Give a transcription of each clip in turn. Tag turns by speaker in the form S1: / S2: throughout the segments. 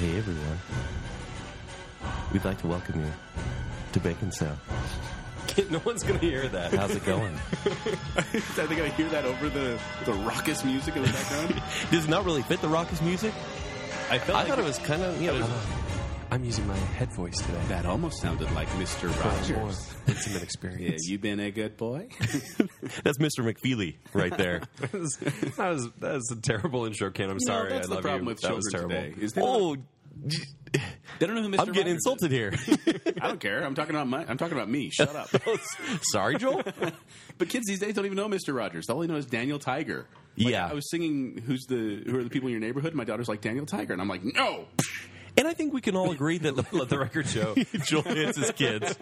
S1: Hey everyone. We'd like to welcome you to Bacon Sound.
S2: no one's gonna hear that.
S1: How's it going?
S3: I think I hear that over the, the raucous music in the background.
S1: Does it not really fit the raucous music?
S2: I felt
S1: I thought it was kind of, you know,
S2: I'm using my head voice today.
S3: that almost sounded like Mr.
S2: More
S3: Rogers.
S2: intimate
S3: Yeah,
S2: experience.
S3: you been a good boy?
S1: that's Mr. McFeely right there.
S2: that, was, that was that was a terrible intro, Ken. I'm sorry.
S3: that's
S2: I
S3: the
S2: love
S3: problem
S2: you.
S3: with
S2: that was
S3: children
S2: terrible.
S3: today. Is they, don't,
S1: oh,
S3: they don't know who Mr.
S1: I'm getting
S3: Rogers
S1: insulted here.
S3: Is. I don't care. I'm talking about my. I'm talking about me. Shut up.
S1: Sorry, Joel?
S3: but kids these days don't even know Mr. Rogers. All they know is Daniel Tiger. Like,
S1: Yeah.
S3: I was singing. Who's the? Who are the people in your neighborhood? My daughter's like Daniel Tiger, and I'm like, no.
S1: And I think we can all agree that
S2: Let the record show.
S1: Joel hits his kids.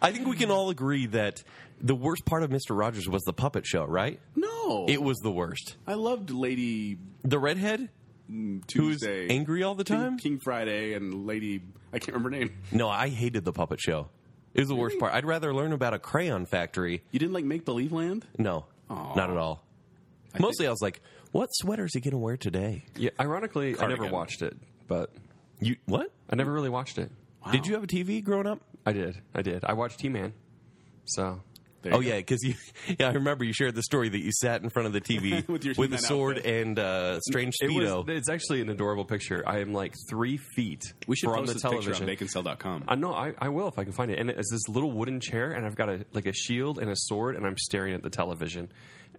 S1: I think we can all agree that the worst part of Mr. Rogers was the puppet show, right?
S3: No.
S1: It was the worst.
S3: I loved Lady
S1: The redhead who's
S3: Tuesday,
S1: angry all the time?
S3: King, King Friday, and Lady. I can't remember her name.
S1: No, I hated the puppet show. It was the worst part. I'd rather learn about a crayon factory.
S3: You didn't like Make Believe Land?
S1: No,
S3: Aw.
S1: not at all. Mostly, I was like, "What sweater is he going to wear today?"
S2: Yeah, ironically, I never
S3: Cardigan.
S2: watched it, but
S1: You what?
S2: I never really watched it.
S1: Did you have a TV growing up?
S2: I did. I did. I watched He Man. So
S3: There you
S1: Oh
S3: go.
S1: yeah, because you. Yeah, I remember you shared the story that you sat in front of the TV
S3: With your
S1: a
S3: He-Man
S1: sword and uh, strange
S2: it
S1: speedo.
S2: was. It's actually an adorable picture. I am like three feet
S3: We should
S2: from
S3: post
S2: the
S3: this
S2: television.
S3: picture on baconcell.com.
S2: I know I, I will if I can find it. And it's this little wooden chair, and I've got a like a shield and a sword, and I'm staring at the television.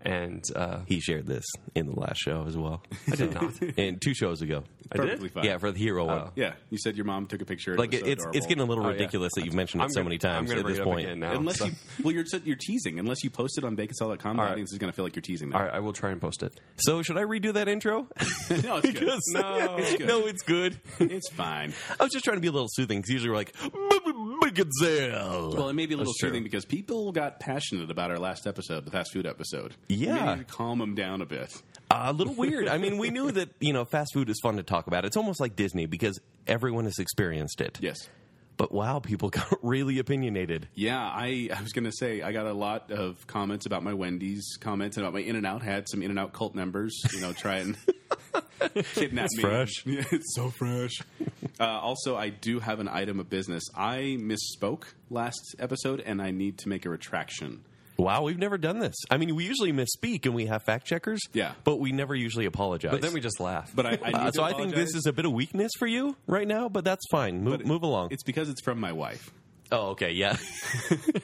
S2: And uh,
S1: he shared this in the last show as well,
S2: I did not.
S1: and two shows ago.
S2: I did.
S3: Perfectly fine.
S1: Yeah, for the hero one.
S3: Yeah, you said your mom took a picture.
S1: Like
S3: it was so
S1: it's it's
S3: adorable.
S1: getting a little
S2: Oh, yeah.
S1: ridiculous that you've mentioned it
S2: I'm
S1: so
S2: gonna-
S1: many
S2: I'm
S1: times
S2: gonna
S1: at
S2: bring
S1: this
S2: it up
S1: point.
S2: again now.
S3: Unless
S2: So-
S3: you, well, you're you're teasing. Unless you post it on baconcell.com, the
S2: right.
S3: audience is going to feel like you're teasing
S2: All
S3: them.
S2: right, I will try and post it.
S1: So should I redo that intro?
S3: no, it's good.
S1: Because-
S3: no, it's good.
S1: no, it's good.
S3: it's fine.
S1: I was just trying to be a little soothing because usually we're like, "Bagatelle."
S3: Well, it may be a little
S1: That's true.
S3: soothing because people got passionate about our last episode, the fast food episode.
S1: Yeah.
S3: Maybe to calm them down a bit.
S1: a little weird. I mean, we knew that you know fast food is fun to talk about. It's almost like Disney because everyone has experienced it.
S3: Yes.
S1: But wow, people got really opinionated.
S3: Yeah, I, I was going to say I got a lot of comments about my Wendy's comments and about my In and Out. Had some In and Out cult members, you know, try and kidnap me.
S1: fresh.
S3: Yeah, it's so fresh. Uh, also, I do have an item of business. I misspoke last episode, and I need to make a retraction.
S1: Wow, we've never done this. I mean, we usually misspeak and we have fact checkers.
S3: Yeah.
S1: but we never usually apologize.
S2: But then we just laugh.
S3: But I, I need
S1: Uh,
S3: to
S1: so I think
S3: apologize.
S1: this is a bit of weakness for you right now, but that's fine. Move, move along.
S3: It's because it's from my wife.
S1: Oh, okay, yeah.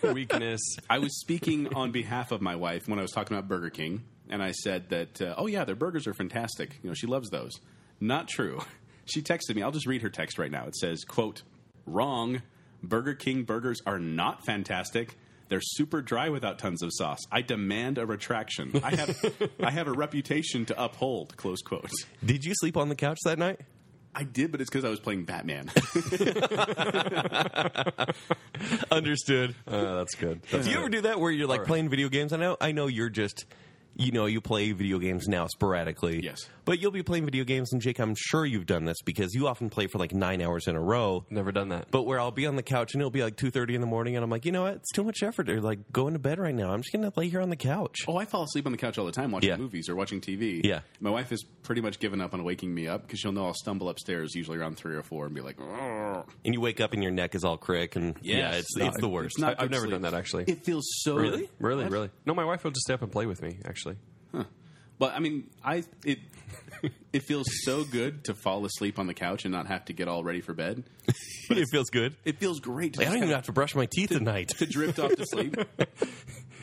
S2: weakness.
S3: I was speaking on behalf of my wife when I was talking about Burger King, and I said that, uh, oh yeah, their burgers are fantastic. You know, she loves those. Not true. She texted me. I'll just read her text right now. It says, "quote Wrong. Burger King burgers are not fantastic. They're super dry without tons of sauce. I demand a retraction. I have I have a reputation to uphold." Close quote.
S1: Did you sleep on the couch that night?
S3: I did, but it's because I was playing Batman.
S1: Understood.
S2: Uh, that's good. That's
S1: Do you
S2: good.
S1: ever do that where you're like playing video games? I know, I know you're just, you know, you play video games now sporadically.
S3: Yes.
S1: But you'll be playing video games, and Jake, I'm sure you've done this because you often play for like nine hours in a row.
S2: Never done that.
S1: But where I'll be on the couch and it'll be like two thirty in the morning, and I'm like, you know what? It's too much effort. Or like going to bed right now. I'm just gonna lay here on the couch.
S3: Oh, I fall asleep on the couch all the time watching
S1: Yeah.
S3: movies or watching TV.
S1: Yeah.
S3: My wife has pretty much given up on waking me up because she'll know I'll stumble upstairs usually around three or four and be like, "Oh, "Argh."
S1: And you wake up and your neck is all crick, and yeah, it's
S3: No,
S1: it's the worst.
S3: not
S2: I, have
S3: good
S2: never
S3: sleep.
S2: done that actually.
S3: it feels so
S1: Really?
S2: Really, really. No, my wife will just stay up and play with me. Actually,
S3: But I mean, I it it feels so good to fall asleep on the couch and not have to get all ready for bed.
S1: it feels good.
S3: It feels great. To
S1: I
S3: just
S1: don't even
S3: kinda-
S1: have to brush my teeth tonight.
S3: to drift off to sleep.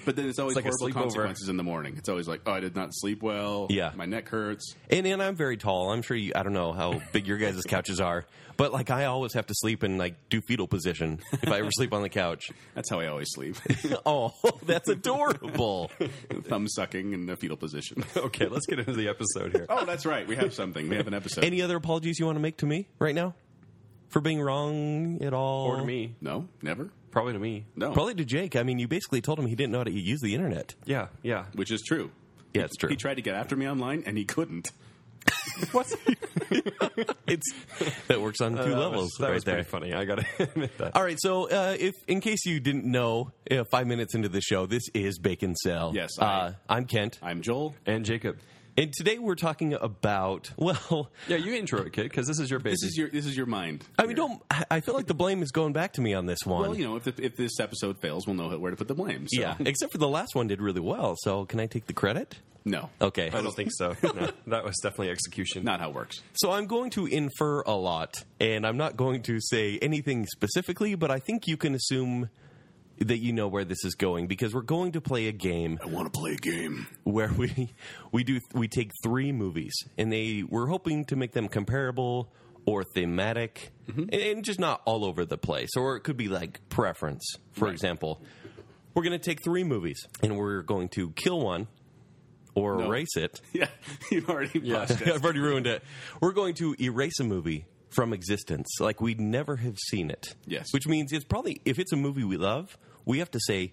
S3: But then it's always
S2: like a
S3: horrible
S2: sleepover.
S3: consequences in the morning. It's always like, oh, I did not sleep well.
S1: Yeah.
S3: my neck hurts.
S1: And and I'm very tall. I'm sure you. I don't know how big your guys' couches are, but like I always have to sleep in like do fetal position if I ever sleep on the couch.
S3: That's how I always sleep.
S1: Oh, that's adorable.
S3: Thumb sucking in the fetal position.
S2: okay. Let's get into the episode here.
S3: Oh, that's right. We have something. We have an episode.
S1: Any other apologies you want to make to me right now for being wrong at all?
S2: Or to me,
S3: no, never.
S2: probably to me.
S3: No,
S1: Probably to Jake. I mean, you basically told him he didn't know how to use the internet.
S2: Yeah, yeah.
S3: which is true.
S1: Yeah, it's true.
S3: He tried to get after me online and he couldn't.
S2: What?
S1: It's that works on two levels
S2: Uh, that
S1: right
S2: was
S1: there.
S2: pretty funny. I gotta admit that.
S1: All right, so uh, if in case you didn't know, uh, five minutes into the show, this is Bacon Cell.
S3: Yes, I-
S1: uh, I'm Kent.
S3: I'm Joel.
S2: And Jacob,
S1: And today we're talking about well,
S2: Yeah, you intro it, kid, because this is your baby.
S3: This is your this is your mind.
S1: I mean, don't I I feel like the blame is going back to me on this one.
S3: Well, you know, if the, if this episode fails, we'll know where to put the blame. So.
S1: yeah, except for the last one did really well. So can I take the credit?
S3: No.
S1: Okay.
S2: I don't think so. No, that was definitely execution.
S3: Not how it works.
S1: So I'm going to infer a lot, and I'm not going to say anything specifically, but I think you can assume that you know where this is going because we're going to play a game
S3: I want to play a game.
S1: where we we do we take three movies and they we're hoping to make them comparable or thematic
S3: Mm-hmm.
S1: and, and just not all over the place or it could be like preference for
S3: Right.
S1: example we're going to take three movies and we're going to kill one or
S3: No.
S1: erase it
S3: Yeah, you've already lost it.
S1: I've already ruined it. We're going to erase a movie from existence, like we never have seen it.
S3: Yes.
S1: Which means it's probably if it's a movie we love, we have to say,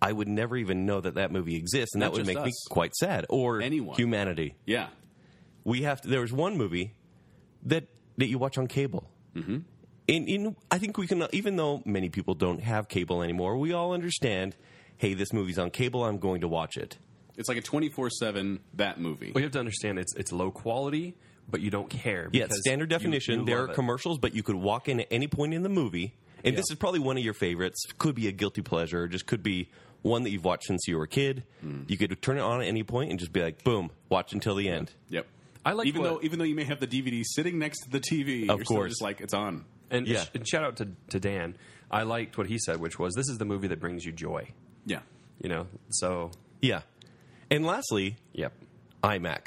S1: "I would never even know that that movie exists," and that
S3: Not
S1: would
S3: just
S1: make me
S3: us.
S1: quite sad. Or
S3: Anyone.
S1: humanity.
S3: Yeah,
S1: We have to. There was one movie that that you watch on cable.
S3: Mm-hmm.
S1: And in, I think we can, even though many people don't have cable anymore, we all understand. Hey, this movie's on cable. I'm going to watch it.
S3: it's like a twenty four seven that movie.
S2: Well, you have to understand it's it's low quality, but you don't care.
S1: Yeah,
S2: because
S1: standard
S2: you-
S1: definition.
S2: you
S1: there
S2: love
S1: are
S2: it.
S1: commercials, but you could walk in at any point in the movie, and
S2: Yeah.
S1: this is probably one of your favorites. Could be a guilty pleasure, or just could be one that you've watched since you were a kid.
S2: Hmm.
S1: You could turn it on at any point and just be like, "Boom, watch until the end."
S3: Yep.
S2: I like
S3: even
S2: what-
S3: though even though you may have the DVD sitting next to the TV,
S1: Of
S3: you're still
S1: course.
S3: just like it's on.
S2: And,
S1: Yeah.
S2: and shout out to, to Dan. I liked what he said, which was this is the movie that brings you joy.
S3: Yeah,
S2: You know, so
S1: Yeah. And lastly,
S2: yep.
S1: IMAX.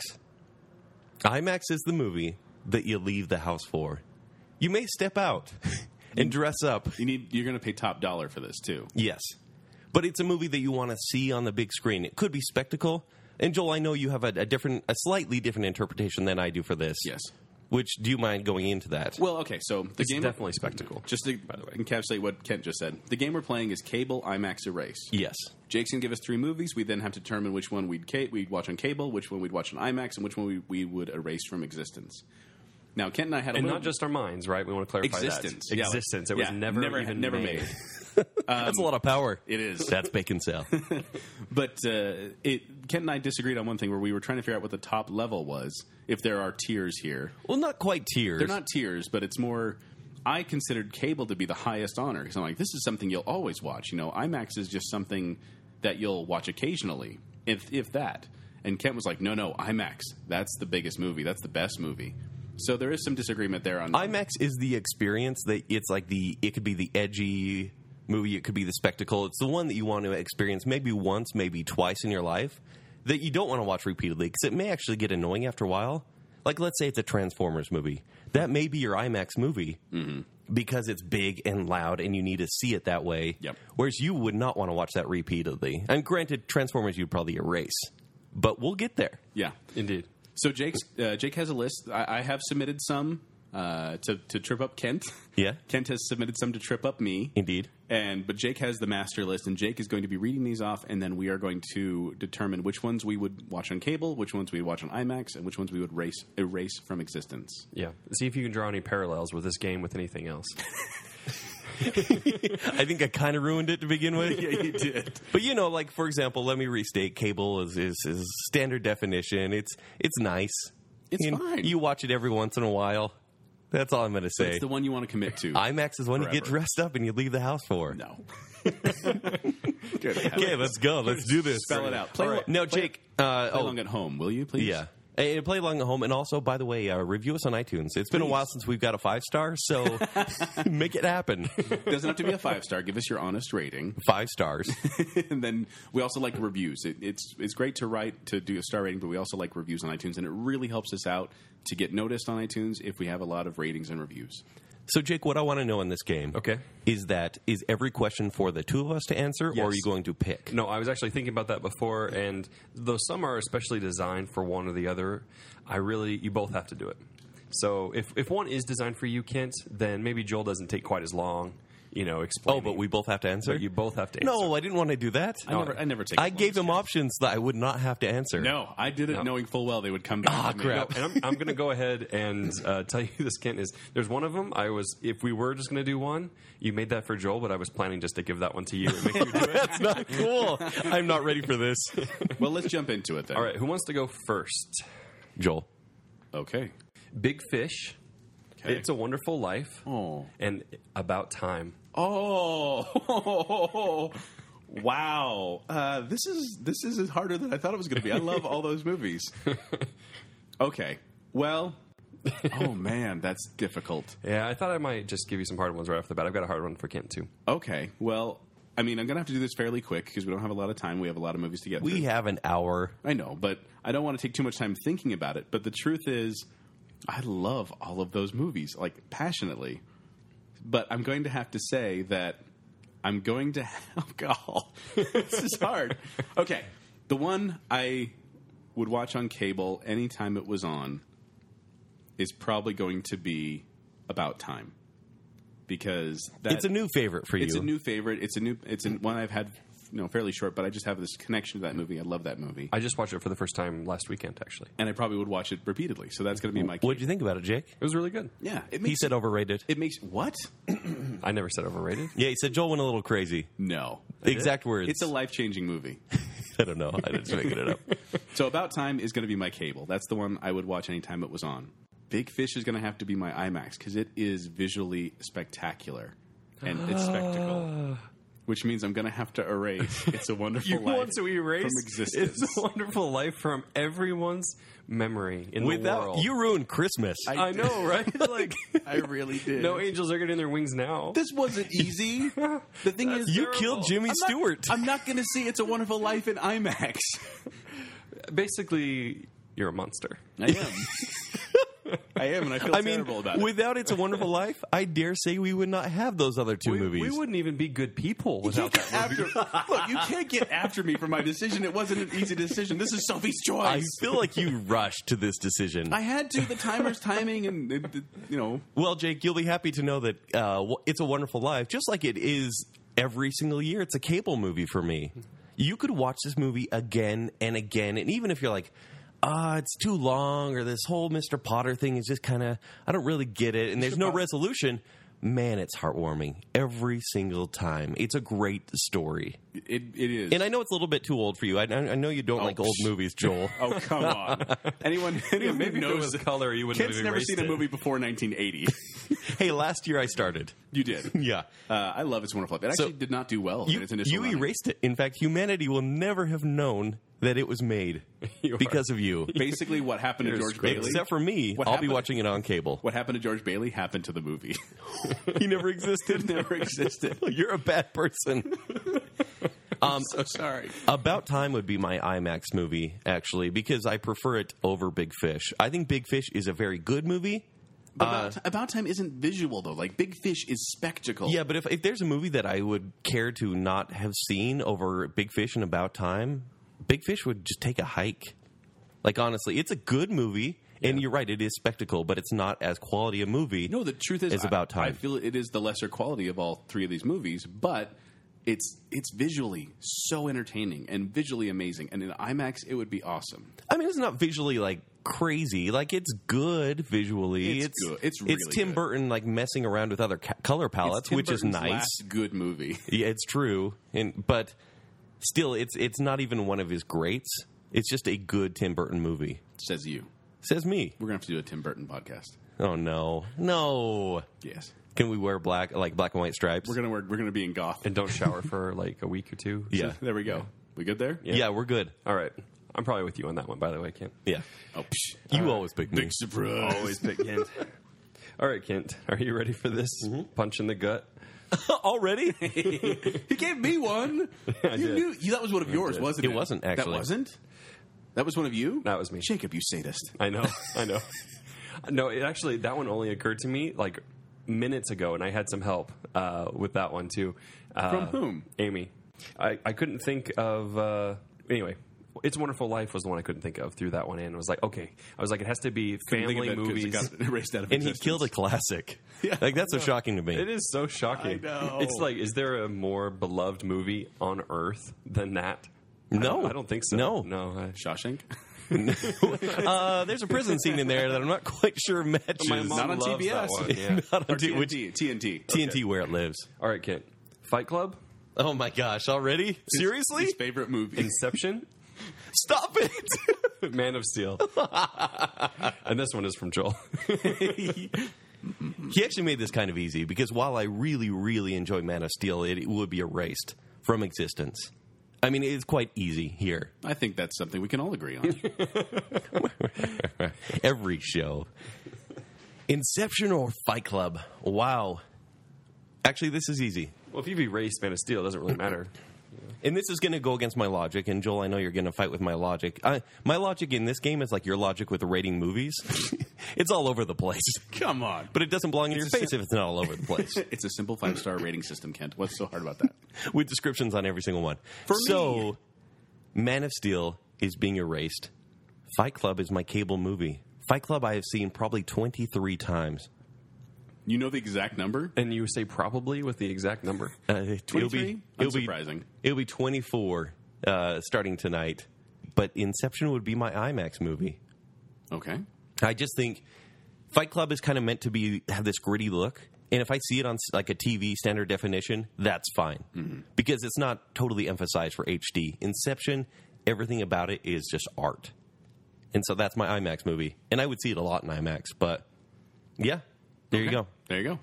S1: IMAX is the movie that you leave the house for. You may step out and dress up.
S3: you need you're going to pay top dollar for this too.
S1: Yes. But it's a movie that you want to see on the big screen. It could be spectacle. And Joel, I know you have a, a different, a slightly different interpretation than I do for this.
S3: Yes.
S1: Which do you mind going into that?
S3: Well, okay, so the
S2: It's
S3: game
S2: definitely spectacle.
S3: just to encapsulate what Kent just said. The game we're playing is Cable IMAX Erase.
S1: yes.
S3: Jake's gonna give us three movies. We then have to determine which one we'd ca- we'd watch on cable, which one we'd watch on IMAX, and which one we, we would erase from existence. Now, Kent and I had a
S2: and
S3: little
S2: not just our minds, right? We want to clarify
S3: existence,
S2: that.
S3: Yeah, like-
S2: Existence. It
S3: yeah,
S2: was never,
S3: never
S2: even
S3: never
S2: made.
S3: made.
S1: That's a lot of power.
S3: um, It is.
S1: That's bacon sale.
S3: But uh, it, Kent and I disagreed on one thing where we were trying to figure out what the top level was. If there are tiers here,
S1: well, not quite tears.
S3: they're not tiers, but it's more. I considered cable to be the highest honor because I'm like, this is something you'll always watch. You know, IMAX is just something that you'll watch occasionally, if if that. And Kent was like, no, no, IMAX. That's the biggest movie. That's the best movie. So there is some disagreement there on
S1: IMAX is the experience that it's like the, it could be the edgy movie, it could be the spectacle. It's the one that you want to experience maybe once, maybe twice in your life that you don't want to watch repeatedly because it may actually get annoying after a while. Like, let's say it's a Transformers movie. That may be your IMAX movie because it's big and loud and you need to see it that way.
S3: Yep.
S1: Whereas you would not want to watch that repeatedly. And granted, Transformers you'd probably erase, but we'll get there.
S3: yeah.
S2: Indeed.
S3: So Jake's uh, Jake has a list. I, I have submitted some uh, to to trip up Kent.
S1: Yeah.
S3: Kent has submitted some to trip up me.
S1: Indeed.
S3: And but Jake has the master list, and Jake is going to be reading these off, and then we are going to determine which ones we would watch on cable, which ones we would watch on IMAX, and which ones we would race, erase from existence.
S2: Yeah. See if you can draw any parallels with this game with anything else.
S1: I think I kind of ruined it to begin with.
S3: you did.
S1: But you know, like for example, let me restate: cable is is, is standard definition. It's it's nice.
S3: It's
S1: And
S3: fine.
S1: You watch it every once in a while. That's all I'm going to say.
S3: It's the one you want to commit to.
S1: IMAX is one you get
S3: Forever.
S1: dressed up and you leave the house for.
S3: no. Good.
S1: Okay, let's go. Let's do this.
S3: Spell it out. Play
S1: All
S3: al-
S1: right. No,
S3: play-
S1: Jake. Uh,
S3: Play
S1: oh,
S3: along at home, will you, please?
S1: yeah. Hey, and play along at home, and also, by the way, uh, review us on iTunes. It's been a while since we've got a five star, so make it happen.
S3: Doesn't have to be a five star. Give us your honest rating.
S1: Five stars.
S3: and then we also like reviews. It, it's it's great to write to do a star rating, but we also like reviews on iTunes, and it really helps us out to get noticed on iTunes if we have a lot of ratings and reviews.
S1: So, Jake, what I want to know in this game,
S2: Okay.
S1: is that is every question for the two of us to answer, or are
S2: Yes.
S1: you going to pick?
S2: No, I was actually thinking about that before, and though some are especially designed for one or the other, I really you both have to do it. So if if one is designed for you, Kent, then maybe Joel doesn't take quite as long, you know, explaining.
S1: Oh, but we both have to answer.
S2: But you both have to. answer.
S1: no, I didn't want to do that.
S3: I never, I never take.
S1: I
S3: the
S1: gave
S3: long
S1: them options that I would not have to answer.
S3: No, I did it
S2: No.
S3: knowing full well they would come back.
S1: Ah,
S3: to me.
S1: crap.
S2: Oh, and I'm, I'm going to go ahead and uh, tell you this, Kent. Is there's one of them. I was if we were just going to do one, you made that for Joel, but I was planning just to give that one to you and make you do it.
S1: That's not cool. I'm not ready for this.
S3: Well, let's jump into it then.
S2: All right, who wants to go first?
S1: Joel.
S3: Okay.
S2: Big Fish.
S3: Okay.
S2: It's a Wonderful Life.
S3: Oh.
S2: And About Time.
S3: Oh. wow. Uh, this is this is harder than I thought it was going to be. I love all those movies. Okay. Well. oh man, that's difficult.
S2: Yeah, I thought I might just give you some hard ones right off the bat. I've got a hard one for Kent too.
S3: Okay. Well, I mean, I'm going to have to do this fairly quick because we don't have a lot of time. We have a lot of movies to get. through.
S1: We have an hour.
S3: I know, but I don't want to take too much time thinking about it. But the truth is, I love all of those movies, like passionately. But I'm going to have to say that I'm going to have alcohol. this is hard. Okay. The one I would watch on cable anytime it was on is probably going to be About Time. Because that,
S1: It's a new favorite for you.
S3: it's a new favorite. It's a new. It's an, one I've had, you know, fairly short, but I just have this connection to that movie. I love that movie,
S2: I just watched it for the first time last weekend, actually.
S3: and I probably would watch it repeatedly. So that's going to be my. Case.
S1: What'd you think about it, Jake?
S2: It was really good.
S3: Yeah, it
S1: He
S3: makes.
S1: said overrated.
S3: it makes what? Hmm.
S2: I never said overrated.
S1: Yeah, he said Joel went a little crazy.
S3: No,
S1: Exact words.
S3: it's a life changing movie.
S1: I don't know. I just making it up.
S3: So about time is going to be my cable. That's the one I would watch anytime it was on. Big Fish is going to have to be my IMAX because it is visually spectacular and it's
S2: Ah.
S3: spectacle. Which means I'm going to have to erase. It's a wonderful
S2: You
S3: life
S2: want to erase
S3: from existence.
S2: It's a Wonderful Life from everyone's memory in the
S1: Without
S2: world.
S1: you ruined Christmas.
S2: I know, right? like,
S3: I really did.
S2: no angels are getting their wings now.
S3: This wasn't easy. The thing is,
S1: you
S2: terrible.
S1: killed Jimmy
S3: I'm not-
S1: Stewart.
S3: I'm not going to see "It's a Wonderful Life" in IMAX.
S2: Basically, you're a monster.
S3: I am. I am, and I feel
S1: I mean,
S3: terrible about it.
S1: without It's a Wonderful Life, I dare say we would not have those other two
S2: We,
S1: movies.
S2: we wouldn't even be good people
S3: You
S2: without
S3: can't
S2: that
S3: after,
S2: movie.
S3: look, you can't get after me for my decision. It wasn't an easy decision. This is Sophie's
S1: I
S3: choice.
S1: feel like you rushed to this decision.
S3: I had to. The timer's timing, and it- it- you know,
S1: well, Jake, you'll be happy to know that uh, wh- It's a Wonderful Life, just like it is every single year, it's a cable movie for me. You could watch this movie again and again, and even if you're like, ah, it's too long, or this whole Mr. Potter thing is just kind of, I don't really get it, and there's no resolution. Man, it's heartwarming every single time. It's a great story.
S3: it, it is.
S1: And I know it's a little bit too old for you. I, I I know you don't like old
S3: psh.
S1: movies, Joel.
S3: oh come on! Anyone, anyone
S2: Maybe
S3: who
S2: if it
S3: knows
S2: was color, you wouldn't
S3: Kent's
S2: have
S3: never
S2: erased
S3: seen
S2: it.
S3: a movie before 1980.
S1: hey, last year I started.
S3: you did.
S1: Yeah.
S3: Uh, I love "It's a Wonderful Life." It
S1: So-
S3: actually did not do well. in
S1: You,
S3: its initial
S1: you
S3: run.
S1: erased it. In fact, humanity will never have known that it was made
S2: You are-
S1: because of you.
S3: Basically, what happened to
S2: You're
S3: George
S2: screwed.
S3: Bailey?
S1: Except for me,
S3: What
S1: I'll
S3: happened?
S1: be watching it on cable.
S3: what happened to George Bailey happened to the movie.
S1: He never existed.
S3: it never existed.
S1: You're a bad person. Um,
S3: I'm so sorry.
S1: About Time would be my IMAX movie, actually, because I prefer it over Big Fish. I think Big Fish is a very good movie. Uh,
S3: About, About Time isn't visual though. Like Big Fish is spectacle.
S1: Yeah, but if, if there's a movie that I would care to not have seen over Big Fish and About Time, Big Fish would just take a hike. Like, honestly, it's a good movie, and you're right, it is spectacle, but it's not as quality a movie.
S3: No, the truth is
S1: It's
S3: I-
S1: About Time.
S3: I feel it is the lesser quality of all three of these movies, but it's it's visually so entertaining and visually amazing. And in IMAX, it would be awesome.
S1: I mean, it's not visually like crazy. Like, it's good visually.
S3: It's good. It's really
S1: Tim
S3: good.
S1: Burton like messing around with other ca- color palettes,
S3: Tim
S1: Oh, which is
S3: Burton's
S1: nice.
S3: last good movie.
S1: Yeah, it's true, and but still, it's it's not even one of his greats. It's just a good Tim Burton movie.
S3: Says you.
S1: Says me.
S3: We're gonna have to do a Tim Burton podcast.
S1: Oh no, no.
S3: Yes,
S1: Can we wear black, like black and white stripes?
S3: we're gonna we're, we're gonna be in goth.
S2: And don't shower for like a week or two.
S1: yeah.
S3: There we go. We good there?
S1: yeah, we're good.
S2: All right. I'm probably with you on that one, by the way, Kent.
S1: Yeah,
S3: Oh, psh.
S1: you always pick me.
S3: big surprise.
S2: pick Kent. All right, Kent. Are you ready for this
S3: Mm-hmm.
S2: punch in the gut?
S1: Already?
S3: He gave me one. you
S2: did.
S3: knew you, that was one of yours,
S2: did.
S3: wasn't it?
S1: It wasn't,
S3: That
S1: actually.
S3: wasn't. That was one of you.
S2: That was me.
S3: Jacob, you sadist.
S2: I know. I know. no, it actually that one only occurred to me like minutes ago, and I had some help uh, with that one too. Uh,
S3: From whom?
S2: Amy. I, I couldn't think of uh, anyway. It's a Wonderful Life was the one I couldn't think of. Threw that one in. I was like, okay. I was like, it has to be family movies.
S3: got erased out of
S1: and he
S3: existence.
S1: killed a classic. Like that's so shocking to me.
S2: It is so shocking.
S3: I know.
S2: It's like, is there a more beloved movie on earth than that? I
S1: No.
S2: don't- I, don't think so.
S1: No.
S2: no. I-
S3: Shawshank.
S1: Uh, there's a prison scene in there that I'm not quite sure matches.
S2: my mom
S3: Not on
S2: loves
S3: TBS.
S2: That one. Yeah.
S1: Not on
S3: Or
S1: T- which-
S3: TNT. TNT.
S1: TNT where it lives.
S2: All right, Kent. Fight Club,
S1: Oh my gosh! Already? Seriously?
S3: His favorite movie.
S2: Inception,
S1: Stop it!
S2: Man of Steel, and this one is from Joel.
S1: he actually made this kind of easy because while I really, really enjoy Man of Steel, it, would be erased from existence. I mean, it's quite easy here.
S3: I think that's something we can all agree on.
S1: Every show, Inception or Fight Club. Wow. Actually, this is easy.
S2: well, if you've erased Man of Steel, it doesn't really matter.
S1: And this is going to go against my logic. And Joel, I know you're going to fight with my logic. I, my logic in this game is like your logic with rating movies. it's all over the place,
S3: Come on.
S1: but it doesn't belong in your face if it's not all over the place
S3: It's a simple five star rating system, Kent. What's so hard about that?
S1: with descriptions on every single one. For so, Man of Steel is being erased. Fight Club is my cable movie. Fight Club I have seen probably 23 times.
S3: You know the exact number?
S2: And you say probably with the exact number.
S1: Uh, it'll
S3: 23?
S1: be it'll be
S3: Unsurprising.
S1: it'll be 24 uh, starting tonight. But Inception would be my IMAX movie.
S3: Okay.
S1: I just think Fight Club is kind of meant to be have this gritty look, and if I see it on s- like a TV standard definition, that's fine
S3: Mm-hmm.
S1: because it's not totally emphasized for HD. Inception, everything about it is just art, and so that's my IMAX movie, and I would see it a lot in IMAX. But yeah, there you go.
S3: There you go.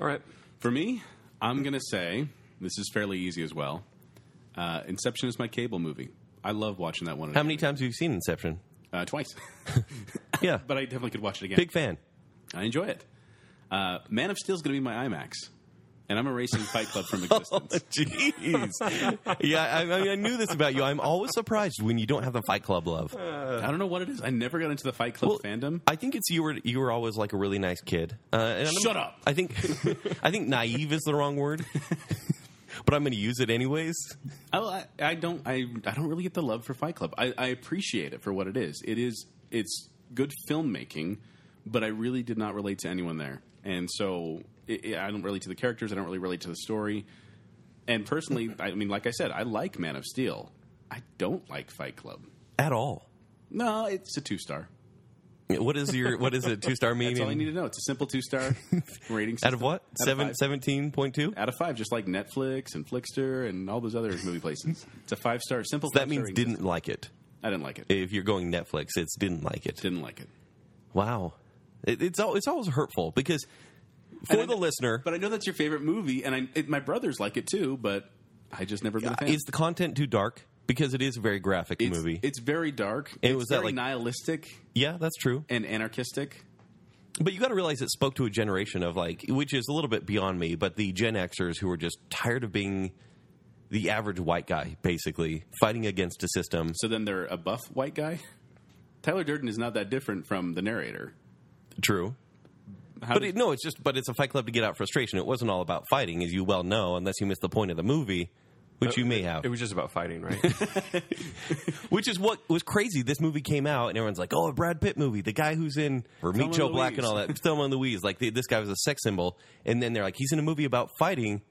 S2: All right.
S3: For me, I'm going to say this is fairly easy as well. Uh, Inception is my cable movie. I love watching that one.
S1: How many times have you seen Inception?
S3: Uh, twice.
S1: Yeah,
S3: but I definitely could watch it again.
S1: big fan.
S3: I enjoy it. Uh, Man of Steel is going to be my IMAX, and I'm erasing Fight Club from existence.
S1: Oh, Jeez, yeah. I, I mean, I knew this about you. I'm always surprised when you don't have the Fight Club love.
S3: I don't know what it is. I never got into the Fight Club
S1: Well,
S3: Uh, fandom.
S1: I think it's you were you were always like a really nice kid. Uh, and I'm-
S3: Shut up.
S1: I think I think naive is the wrong word, but I'm going to use it anyways.
S3: I, I, I don't. I, I don't really get the love for Fight Club. I, I appreciate it for what it is. It is. It's good filmmaking, but I really did not relate to anyone there, and so it, it- I don't relate to the characters. I don't really relate to the story. And personally, I mean, like I said, I like Man of Steel. I don't like Fight Club.
S1: At all.
S3: No, it's a two star.
S1: What is your what is it two star meaning?
S3: That's all I need to know. It's a simple two star rating. System.
S1: Out of what
S3: Out
S1: seven
S3: five.
S1: seventeen point two?
S3: Out of five, just like Netflix and Flickster and all those other movie places. It's a five star simple.
S1: That
S3: five-star
S1: means
S3: rating
S1: didn't
S3: system.
S1: like it.
S3: I didn't like it.
S1: If you're going Netflix, it's didn't like it.
S3: Didn't like it.
S1: Wow, it, it's al- it's always hurtful because for
S3: I-
S1: the listener,
S3: But I know that's your favorite movie, and I, it, my brothers like it too. But I just never been a fan.
S1: Uh, is the content too dark? Because it is a very graphic
S3: it's,
S1: movie.
S3: It's very dark.
S1: It
S3: it's
S1: was that,
S3: very
S1: like-
S3: nihilistic
S1: yeah, that's true.
S3: and anarchistic.
S1: But you got to realize it spoke to a generation of like, which is a little bit beyond me, but the Gen Xers who were just tired of being the average white guy, basically fighting against a system.
S3: So then they're a buff white guy. Tyler Durden is not that different from the narrator.
S1: True,
S3: How
S1: but
S3: did-
S1: it, no, it's just, but it's a Fight Club to get out frustration. It wasn't all about fighting, as you well know, unless you missed the point of the movie, which
S3: Uh,
S1: you may have.
S2: It was just about fighting, right?
S1: which is what was crazy. This movie came out, and everyone's like, "Oh, a Brad Pitt movie." The guy who's in or Meet
S3: Thelma
S1: Joe
S3: and
S1: Black and
S3: Louise.
S1: all that, Thelma and Louise. Like they, this guy was a sex symbol, and then they're like, "He's in a movie about fighting,"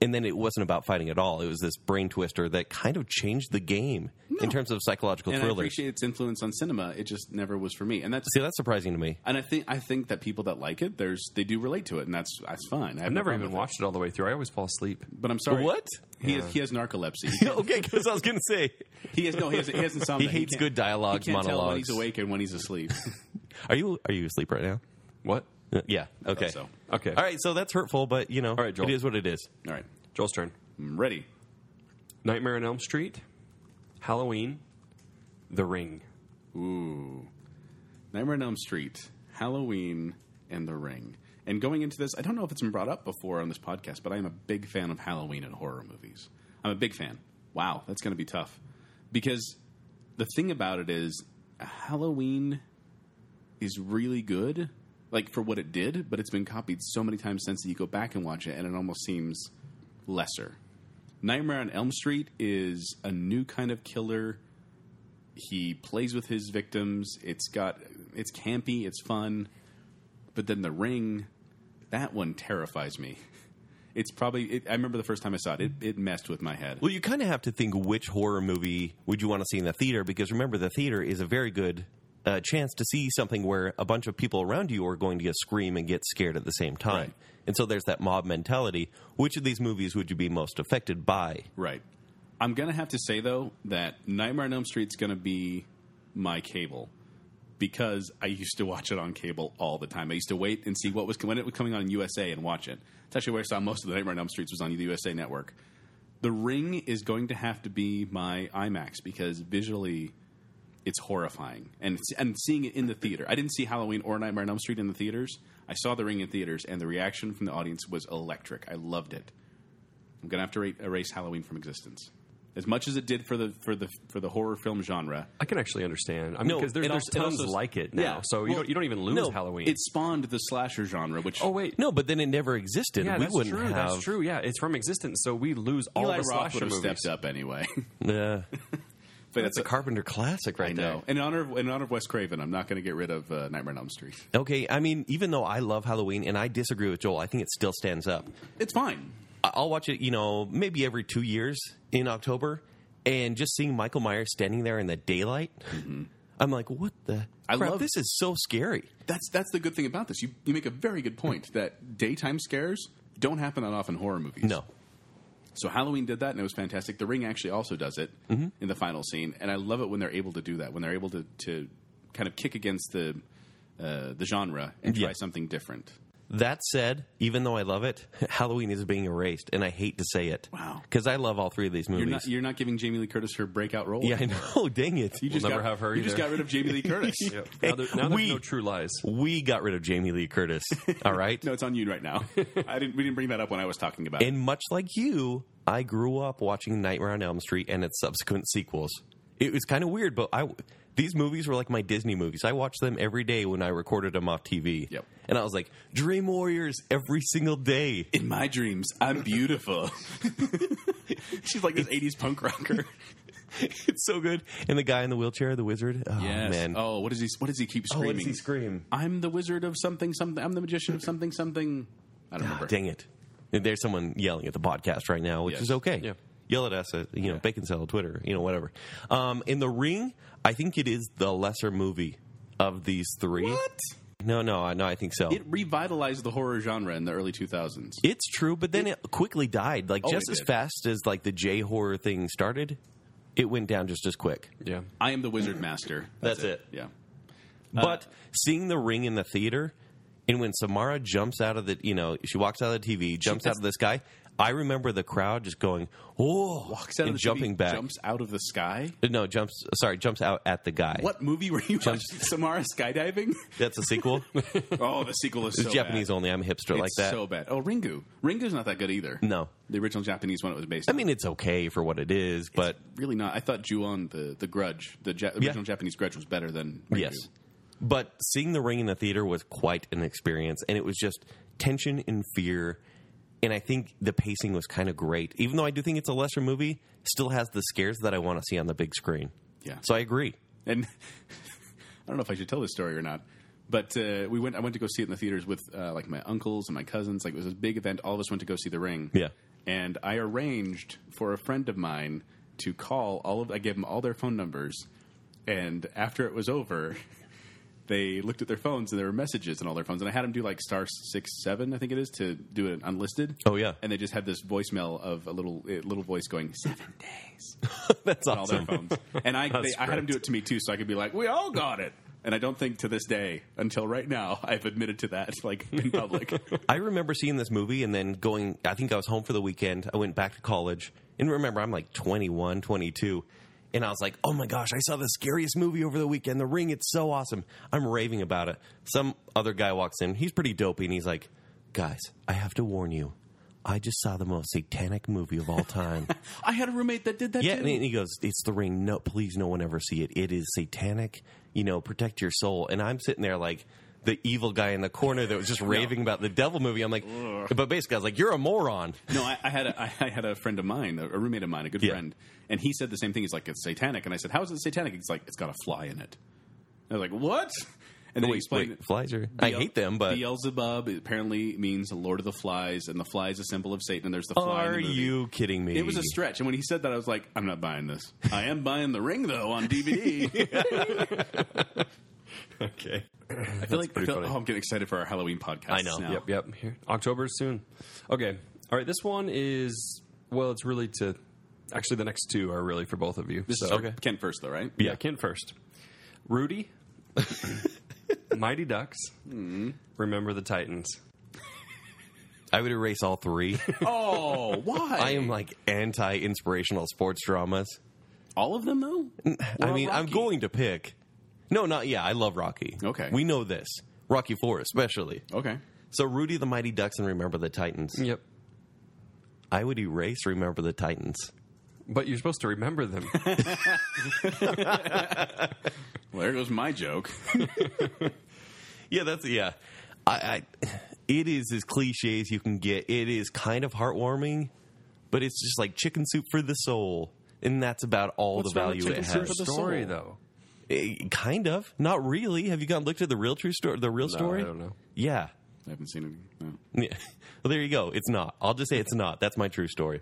S1: and then it wasn't about fighting at all. It was this brain twister that kind of changed the game in terms of psychological
S3: and I
S1: thrillers.
S3: appreciate its influence on cinema. It just never was for me, and that's
S1: See, that's surprising to me.
S3: and I think I think that people that like it, there's they do relate to it, and that's that's fine. I have
S2: I've
S3: no
S2: never
S3: problem
S2: even
S3: with
S2: watched it all the way through. I always fall asleep.
S3: it. But I'm sorry.
S1: What?
S3: He, has, he has narcolepsy. He, can't-
S1: okay, because I was going to say,
S3: he has no. He has, he has insomnia.
S1: He hates
S3: can't-
S1: good dialogue,
S3: he can't Tell when
S1: monologues.
S3: he's awake and when he's asleep.
S1: are you are you asleep right now?
S2: What?
S1: Uh, Yeah. Okay.
S3: so.
S2: Okay.
S1: All right. So that's hurtful, but you know,
S2: right, Joel.
S1: it is what it is.
S3: All right,
S2: Joel's turn.
S3: I'm ready.
S2: Nightmare on Elm Street, Halloween, The Ring.
S3: Ooh. Nightmare on Elm Street, Halloween, and The Ring. And going into this, I don't know if it's been brought up before on this podcast, but I am a big fan of Halloween and horror movies. I'm a big fan. Wow, that's going to be tough. Because the thing about it is, Halloween is really good, like for what it did, but it's been copied so many times since that you go back and watch it, and it almost seems lesser. Nightmare on Elm Street is a new kind of killer He plays with his victims. It's got it's campy. It's fun. But then the ring, that one terrifies me. It's probably. It, I remember the first time I saw it. It, it messed with my head.
S1: Well, you kind of have to think which horror movie would you want to see in the theater because remember, the theater is a very good uh, chance to see something where a bunch of people around you are going to get scream and get scared at the same time.
S3: Right.
S1: And so there's that mob mentality. Which of these movies would you be most affected by?
S3: Right. I'm gonna have to say though that Nightmare on Elm Street's gonna be my cable because I used to watch it on cable all the time. I used to wait and see what was when it was coming on USA and watch it. It's actually where I saw most of the Nightmare on Elm Streets was on the USA network. The Ring is going to have to be my IMAX because visually it's horrifying and it's- and seeing it in the theater. I didn't see Halloween or Nightmare on Elm Street in the theaters. I saw The Ring in theaters and the reaction from the audience was electric. I loved it. I'm gonna have to ra- erase Halloween from existence. As much as it did for the for the for the horror film genre,
S2: I can actually understand. I mean,
S1: No,
S2: because there,
S1: it
S2: there's
S1: al- it
S2: tons
S1: also-
S2: like it now,
S1: yeah.
S2: so you
S1: Well,
S2: don't you don't even lose
S1: no,
S2: Halloween.
S3: it spawned the slasher genre, which
S2: oh wait,
S1: No, but then it never existed.
S2: yeah,
S1: we
S2: that's
S1: wouldn't
S2: true.
S1: have.
S2: That's true. Yeah, it's from existence, so we lose all
S3: Eli
S2: the
S3: Roth would
S2: slasher
S3: have
S2: movies.
S3: stepped up anyway.
S1: Yeah.
S3: but
S1: that's a Carpenter classic right
S3: I know.
S1: there.
S3: In honor of in honor of Wes Craven, I'm not going to get rid of uh, Nightmare on Elm Street.
S1: Okay, I mean, even though I love Halloween and I disagree with Joel, I think it still stands up.
S3: It's fine.
S1: I- I'll watch it, you know, maybe every two years in October, and just seeing Michael Myers standing there in the daylight, I'm like, what the?
S3: I
S1: crap,
S3: love-
S1: this. Is so scary.
S3: That's that's the good thing about this. You you make a very good point that daytime scares don't happen that often in horror movies.
S1: No,
S3: So Halloween did that, and it was fantastic. The Ring actually also does it
S1: Mm-hmm.
S3: in the final scene, and I love it when they're able to do that. When they're able to, to kind of kick against the uh, the genre and try
S1: Yeah.
S3: something different.
S1: That said, even though I love it, Halloween is being erased, and I hate to say it.
S3: Wow.
S1: Because I love all three of these
S3: You're
S1: movies.
S3: not you're not giving Jamie Lee Curtis her breakout role.
S1: yeah, I know. Dang it.
S3: You just
S2: never
S3: got,
S2: have her
S3: You just
S2: either.
S3: got rid of Jamie Lee Curtis.
S2: Yep. Now, there, now
S1: We-
S2: there's no true lies.
S1: we got rid of Jamie Lee Curtis. All right.
S3: No, it's on you right now. I didn't. We didn't bring that up when I was talking about it.
S1: And much like you, I grew up watching Nightmare on Elm Street and its subsequent sequels. It was kind of weird, but I these movies were like my Disney movies. I watched them every day when I recorded them off TV.
S3: Yep.
S1: And I was like, Dream Warriors every single day.
S3: In my dreams, I'm beautiful. She's like this '80s punk rocker.
S1: It's so good. And the guy in the wheelchair, the wizard. Oh man.
S3: Oh, what does he? What does he keep
S1: Oh,
S3: screaming?
S1: what does he scream?
S3: I'm the wizard of something, something. I'm the magician of something, something. I don't
S1: Ah,
S3: remember.
S1: dang it. There's someone yelling at the podcast right now, which
S3: Yes.
S1: is okay.
S2: Yeah.
S1: Yell at us, at, you know, bacon cell, Twitter, you know, whatever. Um, in The Ring, I think it is the lesser movie of these three.
S3: What?
S1: No, no, I no, I think so.
S3: It revitalized the horror genre in the early 2000s.
S1: it's true, but then it, quickly died. Like
S3: Oh,
S1: just
S3: it
S1: as
S3: did.
S1: fast as like the J horror thing started, it went down just as quick.
S2: Yeah,
S3: I am the wizard master.
S1: That's it.
S3: Yeah.
S1: But seeing the ring in the theater, and when Samara jumps out of the, you know, she walks out of the TV, jumps out of this guy. I remember the crowd just going, "Oh!"
S3: Walks out
S1: and
S3: of the
S1: jumping
S3: TV,
S1: back. Uh,
S3: Jumps out of the sky.
S1: No, jumps. Sorry, jumps out at the guy.
S3: What movie were you watching? Samara skydiving?
S1: That's a sequel. it's
S3: Oh, the sequel is so
S1: Japanese
S3: bad.
S1: only. I'm a hipster like
S3: It's
S1: that.
S3: so bad. Oh, Ringu. Ringu's not that good either.
S1: no,
S3: The original Japanese one it was based
S1: I
S3: on.
S1: mean it's okay for what it is, but
S3: really not. I thought Ju-on, the, the Grudge, the ja- original Japanese Grudge was better than Ringu.
S1: Yes. But seeing The Ring in the theater was quite an experience, and it was just tension and fear. And I think the pacing was kind of great. Even though I do think it's a lesser movie, still has the scares that I want to see on the big screen.
S3: Yeah.
S1: So I agree.
S3: and I don't know if I should tell this story or not, but uh, we went. I went to go see it in the theaters with uh, like my uncles and my cousins. Like it was this big event. All of us went to go see The Ring.
S1: Yeah.
S3: and I arranged for a friend of mine to call all of. I gave them all their phone numbers, and after it was over. They looked at their phones and there were messages and all their phones. And I had them do like star six seven, I think it is, to do an unlisted.
S1: Oh, yeah.
S3: And they just had this voicemail of a little a little voice going seven days
S1: That's
S3: on all their
S1: awesome.
S3: phones. And I, they, I had
S2: great.
S3: them do it to me too, so I could be like, "We all got it." And I don't think to this day, until right now, I've admitted to that, like in public.
S1: I remember seeing this movie and then going, I think I was home for the weekend. I went back to college. And remember, I'm like 21, 22. And I was like, oh my gosh, I saw the scariest movie over the weekend, The Ring. It's so awesome. I'm raving about it. Some other guy walks in. He's pretty dopey. And he's like, guys, I have to warn you. I just saw the most satanic movie of all time.
S3: I had a roommate that did that.
S1: yeah,
S3: too.
S1: and he goes, "It's the ring. No, please, no one ever see it. It is satanic. You know, protect your soul." And I'm sitting there like, the evil guy in the corner that was just raving about the devil movie. I'm like, but basically, I was like, you're a moron.
S3: No, I, I had a, I, I had a friend of mine, a, a roommate of mine, a good
S1: Yeah.
S3: friend, and he said the same thing. He's like, "It's satanic," and I said, "How is it satanic?" He's like, "It's got a fly in it." And I was like, "What?" And then he
S1: Wait,
S3: explained.
S1: wait, flies are. I
S3: Beel-
S1: hate them, but
S3: Beelzebub apparently means the Lord of the Flies, and the fly is a symbol of Satan. And there's the fly. in
S1: are
S3: the movie.
S1: you kidding me?
S3: It was a stretch, and when he said that, I was like, "I'm not buying this. I am buying the ring though on DVD."
S2: Okay.
S3: I feel like I
S2: pretty
S3: feel-
S2: funny.
S3: oh, I'm getting excited for our Halloween podcast.
S1: I know.
S3: Now.
S2: Yep, yep. Here. October is soon. Okay. All right. This one is well. It's really to actually the next two are really for both of you.
S3: This
S2: so
S3: is okay. Ken first, though, right?
S2: yeah, Ken first. Rudy, Mighty Ducks,
S1: Mm-hmm.
S2: Remember the Titans.
S1: I would erase all three.
S3: Oh, why?
S1: I am like anti inspirational sports dramas.
S3: all of them though.
S1: I mean, I'm
S3: Rocky?
S1: going to pick. No, not yeah. I love Rocky.
S3: Okay.
S1: we know this. Rocky Four, especially.
S3: Okay.
S1: So Rudy the Mighty Ducks and Remember the Titans.
S2: Yep.
S1: I would erase Remember the Titans.
S2: But you're supposed to remember them.
S3: Well, there goes my joke.
S1: Yeah, that's yeah. I, I it is as cliche as you can get. It is kind of heartwarming, but it's just like chicken soup for the soul, and that's about all
S2: What's
S1: the
S2: wrong with
S1: value it
S2: Chicken Soup
S1: has.
S2: for the story though.
S1: Eh, kind of, not really. Have you gone looked at the real true story? The real
S2: No,
S1: story?
S2: I don't know.
S1: Yeah.
S3: I haven't seen it. No.
S1: Yeah. Well, there you go. It's not. I'll just say it's not. That's my true story.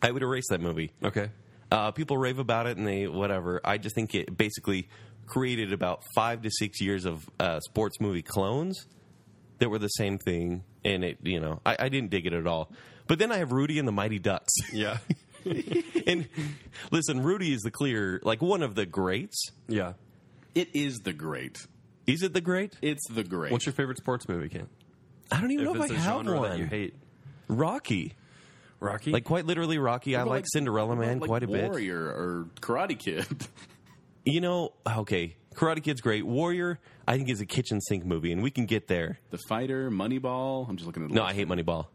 S1: I would erase that movie.
S2: Okay.
S1: Uh, people rave about it and they whatever. I just think it basically created about five to six years of uh, sports movie clones that were the same thing, and it you know I, I didn't dig it at all. But then I have Rudy and the Mighty Ducks,
S2: Yeah.
S1: and listen, Rudy is the clear like one of the greats.
S2: yeah.
S3: It is the great.
S1: Is it the great?
S3: It's the great.
S2: What's your favorite sports movie, Ken?
S1: I don't even know if I
S2: a
S1: have
S2: genre that you
S1: one.
S2: hate.
S1: Rocky,
S2: Rocky?
S1: like quite literally Rocky. I
S3: What about,
S1: like Cinderella
S3: what about,
S1: Man
S3: like,
S1: quite a bit.
S3: Warrior or Karate Kid.
S1: You know, okay, Karate Kid's great. Warrior, I think is a kitchen sink movie, and we can get there.
S3: the Fighter, Moneyball. I'm just looking at the
S1: No, I
S3: list.
S1: hate Moneyball.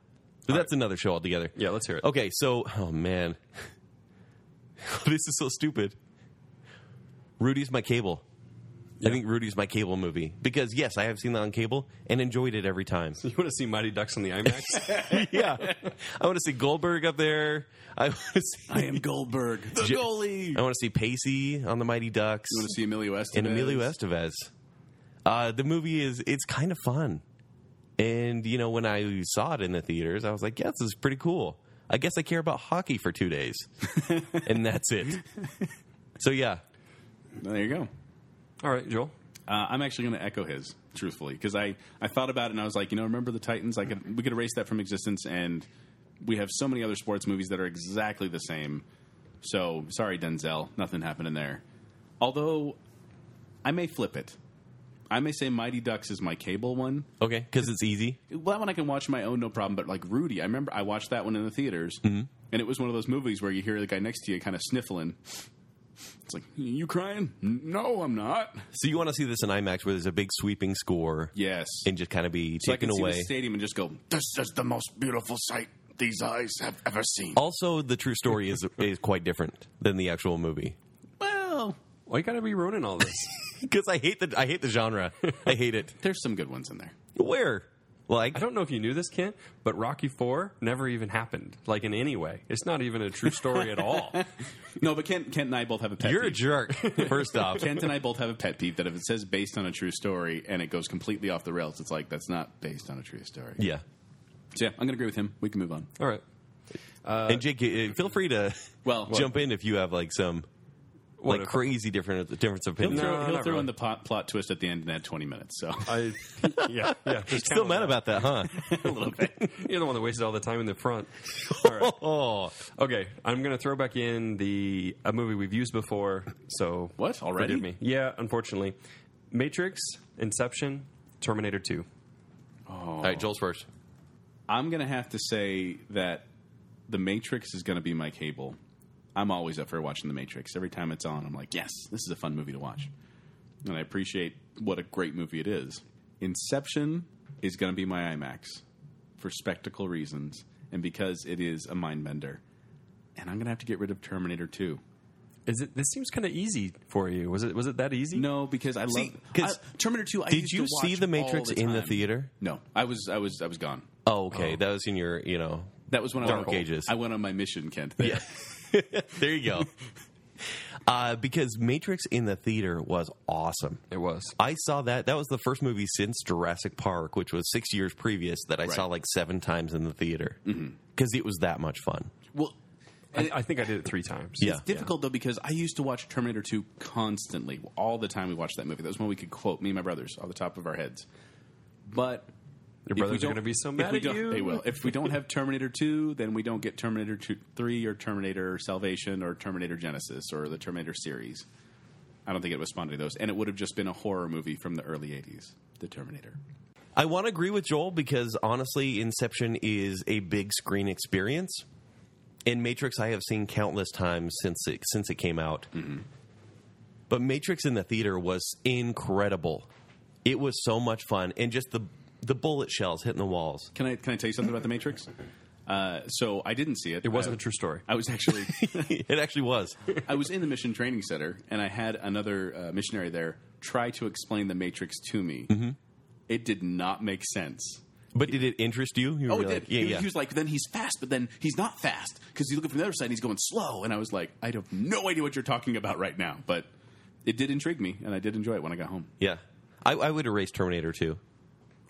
S1: But that's another show altogether.
S2: yeah, let's hear it.
S1: Okay, so oh man, this is so stupid. Rudy's my cable. I think Rudy's my cable movie because yes, I have seen that on cable and enjoyed it every time.
S2: You want to see Mighty Ducks on the IMAX?
S1: yeah, I want to see Goldberg up there. I want to see
S3: I am Goldberg, the
S1: J-
S3: goalie.
S1: I want to see Pacey on the Mighty Ducks
S3: You want to see Emilio Estevez?
S1: and Emilio Estevez. Uh, the movie is it's kind of fun, and you know when I saw it in the theaters, I was like, "Yes, this is pretty cool." I guess I care about hockey for two days, and that's it. So yeah,
S3: There you go.
S2: All right, Joel.
S3: Uh, I'm actually going to echo his, truthfully, because I, I thought about it and I was like, you know, remember the Titans? I could we could erase that from existence, and we have so many other sports movies that are exactly the same. So sorry, Denzel, nothing happened in there. Although I may flip it, I may say Mighty Ducks is my cable one.
S1: okay, because it's easy.
S3: Well, that one I can watch on my own, no problem. But like Rudy, I remember I watched that one in the theaters, and it was one of those movies where you hear the guy next to you kind of sniffling. It's like, you crying? "N- No, I'm not.
S1: So you want to see this in IMAX where there's a big sweeping score
S3: Yes,
S1: and just kind of be
S3: so I
S1: taken
S3: can see
S1: away.
S3: the stadium and just go. This is the most beautiful sight these eyes have ever seen.
S1: also, the true story is is quite different than the actual movie
S3: Well,
S2: Why you gotta be ruining all this?
S1: because I hate the I hate the genre. I hate it.
S3: there's some good ones in there.
S1: Where like
S2: I don't know if you knew this, Kent, but Rocky Four never even happened, like in any way. It's not even a true story at all.
S3: No, but Kent, Kent and I both have a pet.
S1: you're a
S3: peeve.
S1: jerk. First off,
S3: Kent and I both have a pet peeve that if it says based on a true story and it goes completely off the rails, it's like that's not based on a true story.
S1: yeah.
S3: So yeah, I'm gonna agree with him. We can move on.
S2: All right.
S1: and Jake, uh, feel free to
S3: Well,
S1: jump in if you have like some
S2: What
S1: like
S2: if-
S1: crazy different difference of
S3: He'll
S1: opinion.
S2: No,
S3: throw, he'll
S2: not
S3: throw in
S2: really.
S3: the pot, plot twist at the end and add 20 minutes. So
S2: I yeah yeah. Just
S1: Still
S2: count
S1: mad
S2: on
S1: about that, huh?
S3: a little bit.
S2: that. You're the one that wasted all the time in the front. All right.
S1: oh,
S2: Okay, I'm gonna throw back in the a movie we've used before. So
S3: What? Already?
S2: Forgive me. Yeah, unfortunately, Matrix, Inception, Terminator Two.
S1: all right, Joel's first.
S3: I'm going to have to say that The Matrix is going to be my cable. I'm always up for watching The Matrix. Every time it's on, I'm like, yes, this is a fun movie to watch. And I appreciate what a great movie it is. Inception is going to be my IMAX for spectacle reasons and because it is a mind bender. And I'm going to have to get rid of Terminator 2.
S2: is it? This seems kind of easy for you. Was it? Was it that easy?
S3: No, because I love
S1: See, 'cause-
S3: I- Terminator Two. I
S1: Did
S3: used
S1: you
S3: to watch
S1: see The
S3: all
S1: Matrix in the
S3: time.
S1: theater?
S3: No, I was I was I was gone.
S1: Oh, okay. That was in your, you know.
S3: That was when I
S1: Dark
S3: went,
S1: Ages.
S3: I went on my mission, Kent.
S1: Yeah. there you go. Uh, because Matrix in the theater was awesome.
S2: it was.
S1: I saw that. That was the first movie since Jurassic Park, which was six years previous, that I saw like seven times in the theater because it was that much fun.
S3: Well,
S2: I, I think I did it three times.
S1: Yeah.
S3: it's difficult though because I used to watch Terminator Two constantly, all the time. We watched that movie. That was when we could quote me and my brothers off the top of our heads. But
S2: Your
S3: if we
S2: brothers are
S3: don't-
S2: going to be so
S3: if
S2: mad
S3: we
S2: at
S3: don't-
S2: you.
S3: They will. If we don't have Terminator Two, then we don't get Terminator 2, Three or Terminator Salvation or Terminator Genesis or the Terminator series. I don't think it responded to those, and it would have just been a horror movie from the early '80s, The Terminator.
S1: I want to agree with Joel because honestly, Inception is a big screen experience. And Matrix, I have seen countless times since it, since it came out.
S3: Mm-hmm.
S1: But Matrix in the theater was incredible. It was so much fun, and just the the bullet shells hitting the walls.
S3: Can I can I tell you something about The Matrix? Uh, so I didn't see it.
S2: It wasn't
S3: I,
S2: a true story.
S3: I was actually
S1: it actually was.
S3: I was in the mission training center, and I had another uh, missionary there try to explain the Matrix to me.
S1: Mm-hmm.
S3: It did not make sense.
S1: But did it interest you? You
S3: Oh,
S1: were
S3: it
S1: like,
S3: did.
S1: Yeah,
S3: he,
S1: yeah.
S3: he was like, then he's fast, but then he's not fast because you look at it from the other side, and he's going slow. And I was like, I have no idea what you're talking about right now, but it did intrigue me, and I did enjoy it when I got home.
S1: yeah. I, I would erase Terminator 2.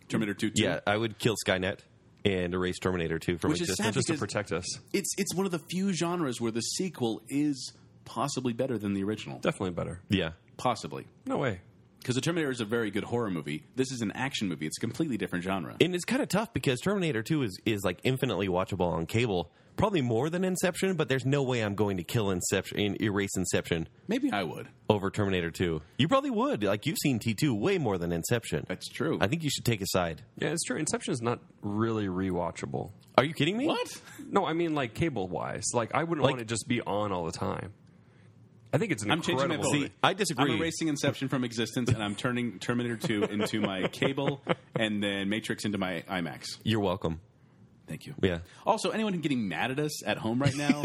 S3: Terminator Two, 2
S1: Yeah, I would kill Skynet and erase Terminator 2 from
S3: Which is
S1: existence.
S3: sad
S2: Just to
S3: because-
S2: protect us.
S3: it's it's one of the few genres where the sequel is possibly better than the original,
S2: Definitely better.
S1: yeah.
S3: possibly.
S2: No way.
S3: Because the Terminator is a very good horror movie. This is an action movie. It's a completely different genre.
S1: And it's kind of tough because Terminator 2 is, is like infinitely watchable on cable, probably more than Inception, but there's no way I'm going to kill Inception and erase Inception
S3: Maybe I would.
S1: over Terminator 2. You probably would. Like, you've seen T2 way more than Inception.
S3: That's true.
S1: I think you should take a side.
S2: Yeah, it's true. Inception is not really rewatchable.
S1: Are you kidding me?
S3: what?
S2: No, I mean like cable wise. Like I wouldn't want it just be on all the time. I think it's an
S3: I'm changing my
S2: incredible.
S3: vote.
S1: See, I disagree.
S3: I'm erasing Inception from existence, and I'm turning Terminator 2 into my cable, and then Matrix into my IMAX.
S1: You're welcome.
S3: Thank you.
S1: Yeah.
S3: Also, anyone getting mad at us at home right now,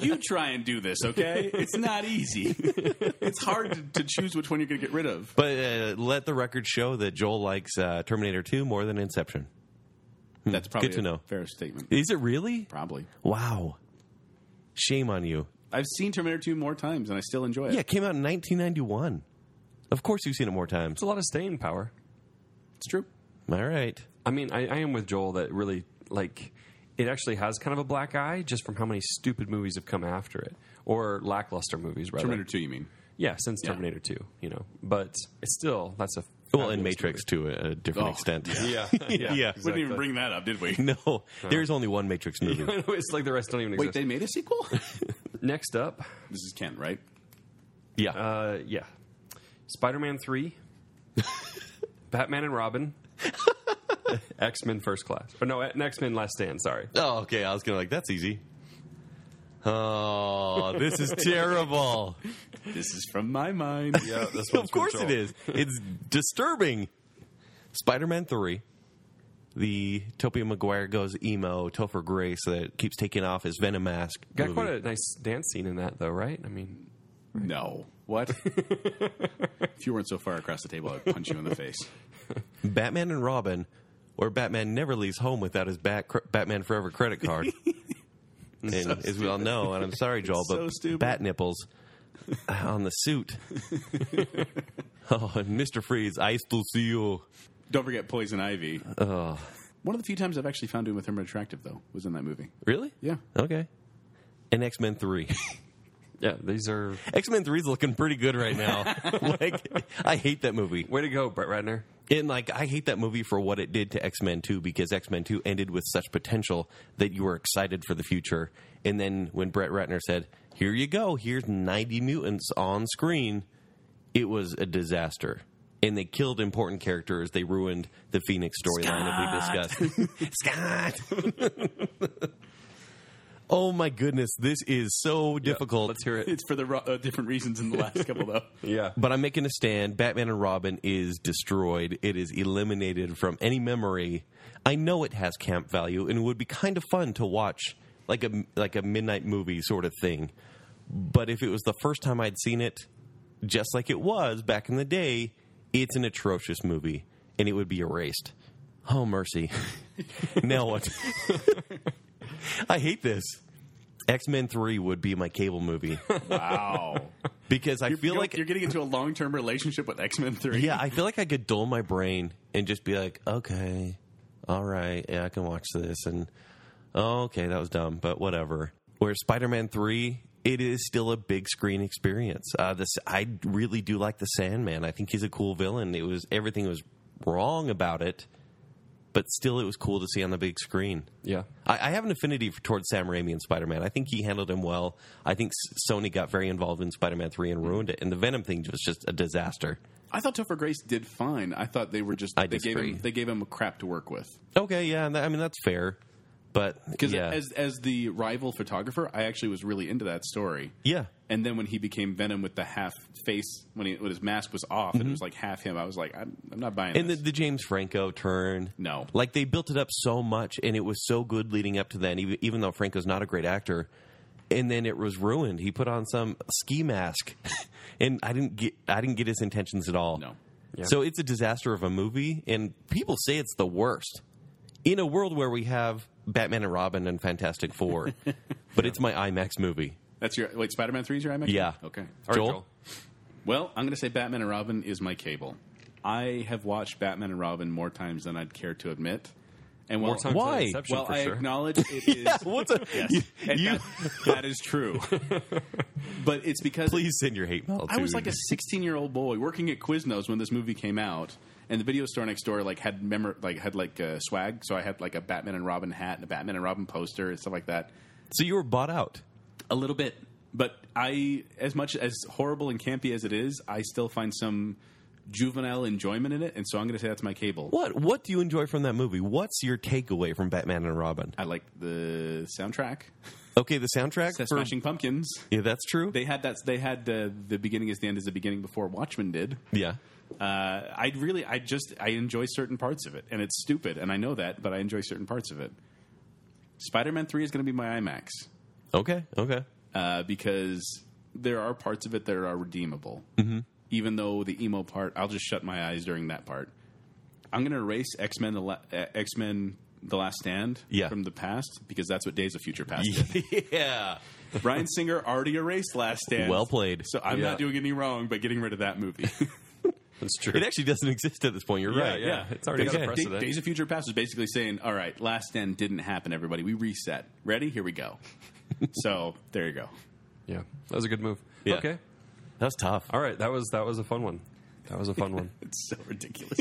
S3: you try and do this, okay? It's not easy. it's hard to, to choose which one you're going to get rid of.
S1: But uh, let the record show that Joel likes uh, Terminator 2 more than Inception.
S3: That's probably
S1: Hmm. Good to
S3: a
S1: know.
S3: fair statement.
S1: Is it really?
S3: Probably.
S1: Wow. Shame on you.
S3: I've seen Terminator 2 more times, and I still enjoy it.
S1: Yeah, it came out in 1991. Of course you've seen it more times.
S2: It's a lot of staying power.
S3: It's true.
S1: All right.
S2: I mean, I, I am with Joel that really like it actually has kind of a black eye just from how many stupid movies have come after it or lackluster movies rather.
S3: Terminator 2, you mean?
S2: Yeah, since Terminator 2, you know. But it's still that's a
S1: Well, in
S2: fabulous
S1: Matrix to a, a different
S3: Oh,
S1: extent.
S2: movie. Yeah. Yeah.
S1: Yeah.
S2: exactly.
S3: Wouldn't even bring that up, did we?
S1: No, there's only one Matrix movie.
S2: it's like the rest don't even
S3: Wait,
S2: exist.
S3: they made a sequel?
S2: Next up,
S3: this is Kent, right?
S1: Yeah.
S2: uh, yeah. Spider Man 3, Batman and Robin, X Men First Class. Or no, X Men Last Stand, sorry.
S1: oh, okay. I was going to like, that's easy. Oh, this is terrible.
S3: This is from my mind.
S2: Yeah, this
S1: of course it is. It's disturbing. Spider Man 3. The Topia Maguire goes emo, Topher Grace that keeps taking off his Venom mask.
S2: Got
S1: movie.
S2: quite a nice dance scene in that, though, right? I mean,
S3: No. What? if you weren't so far across the table, I'd punch you in the face.
S1: Batman and Robin, where Batman never leaves home without his Bat- Batman Forever credit card. and as we all know, and I'm sorry, Joel,
S3: so
S1: but
S3: stupid.
S1: bat nipples uh, on the suit. oh, and Mr. Freeze, I still see you.
S3: Don't forget Poison Ivy. One of the few times I've actually found him with him attractive, though, was in that movie.
S1: Really?
S3: Yeah.
S1: Okay. And X Men 3.
S2: yeah, these are.
S1: X Men 3 is looking pretty good right now. like, I hate that movie.
S2: Way to go, Brett Ratner.
S1: And, like, I hate that movie for what it did to X Men 2 because X Men 2 ended with such potential that you were excited for the future. And then when Brett Ratner said, Here you go, here's 90 mutants on screen, it was a disaster. And they killed important characters. They ruined the Phoenix storyline that we discussed. Scott! oh my goodness, this is so difficult.
S2: Let's hear it.
S3: It's for the ro- uh, different reasons in the last couple, though.
S2: Yeah.
S1: But I'm making a stand. Batman and Robin is destroyed. It is eliminated from any memory. I know it has camp value and it would be kind of fun to watch like a like a midnight movie sort of thing. But if it was the first time I'd seen it, just like it was back in the day, it's an atrocious movie and it would be erased. Oh, mercy. now what? I hate this. X Men 3 would be my cable movie
S3: Wow.
S1: because I feel
S3: you're,
S1: like.
S3: you're getting into a long term relationship with X Men Three.
S1: Yeah, I feel like I could dull my brain and just be like, okay, all right, yeah, I can watch this, and oh, okay, that was dumb, but whatever. Where Spider-Man Three, it is still a big screen experience. Uh, this I really do like the Sandman. I think he's a cool villain. It was everything was wrong about it, but still, it was cool to see on the big screen.
S2: Yeah.
S1: I, I have an affinity for, towards Sam Raimi and Spider Man. I think he handled him well. I think S- Sony got very involved in Spider Man 3 and ruined it. And the Venom thing was just a disaster.
S3: I thought Topher Grace did fine. I thought they were just
S1: I
S3: they gave him
S1: disagree.
S3: they gave him crap to work with.
S1: Okay, yeah, that, I mean that's fair, but
S3: Because
S1: yeah,
S3: as as the rival photographer, I actually was really into that story.
S1: yeah,
S3: And then when he became Venom with the half face when he when his mask was off and it
S2: Mm-hmm.
S3: was like half him, I was like, I'm, I'm not buying
S1: and the,
S3: this.
S1: the James Franco turn,
S3: no,
S1: like they built it up so much, and it was so good leading up to then. Even, even though Franco's not a great actor, and then it was ruined. He put on some ski mask, and I didn't get I didn't get his intentions at all.
S3: No.
S2: Yeah.
S1: So it's a disaster of a movie, and people say it's the worst. In a world where we have Batman and Robin and Fantastic Four, but it's my IMAX movie.
S3: that's your wait. Spider Man Three is your IMAX.
S1: Yeah.
S3: Okay.
S2: All right,
S1: Joel?
S3: Well, I'm going to say Batman and Robin is my cable. I have watched Batman and Robin more times than I'd care to admit. And while,
S2: More times
S1: why?
S2: than Inception,
S3: well,
S2: for
S3: I
S2: sure.
S3: acknowledge it is.
S1: What's a,
S3: yes, and that- that is true. but it's because
S1: Please send your hate mail.
S3: I was like a
S1: dude.
S3: 16 year old boy working at Quiznos when this movie came out, and the video store next door like had memor- like had like uh, swag, so I had like a Batman and Robin hat and a Batman and Robin poster and stuff like that.
S1: so you were bought out.
S3: A little bit, but I, as much as horrible and campy as it is, I still find some juvenile enjoyment in it, and so I'm going to say that's my cable.
S1: What What do you enjoy from that movie? What's your takeaway from Batman and Robin?
S3: I like the soundtrack.
S1: Okay, the soundtrack
S3: It's that
S1: for
S3: Smashing Pumpkins.
S1: yeah, that's true.
S3: They had that. They had uh, the beginning is the end is the beginning before Watchmen did.
S1: yeah,
S3: uh, I really, I just, I enjoy certain parts of it, and it's stupid, and I know that, but I enjoy certain parts of it. Spider-Man Three is going to be my IMAX
S1: okay, okay,
S3: uh, because there are parts of it that are redeemable.
S1: Mm-hmm.
S3: Even though the emo part, I'll just shut my eyes during that part. I'm going to erase X Men, uh, X Men, The Last Stand
S1: Yeah.
S3: from the past because that's what Days of Future Past. did.
S1: yeah.
S3: Brian Singer already erased Last Stand.
S1: Well played.
S3: So I'm
S2: Yeah.
S3: not doing any wrong by getting rid of that movie.
S2: That's true.
S1: It actually doesn't exist at this point. You're right.
S2: yeah. It's already
S1: got a
S3: Da-
S2: precedent.
S3: Days of Future Past was basically saying, "All right, Last Stand didn't happen. Everybody, we reset. Ready? Here we go." so there you go.
S2: yeah, that was a good move.
S1: Yeah.
S2: Okay.
S1: That's tough.
S2: All right, that was that was a fun one. That was a fun one.
S3: It's so ridiculous.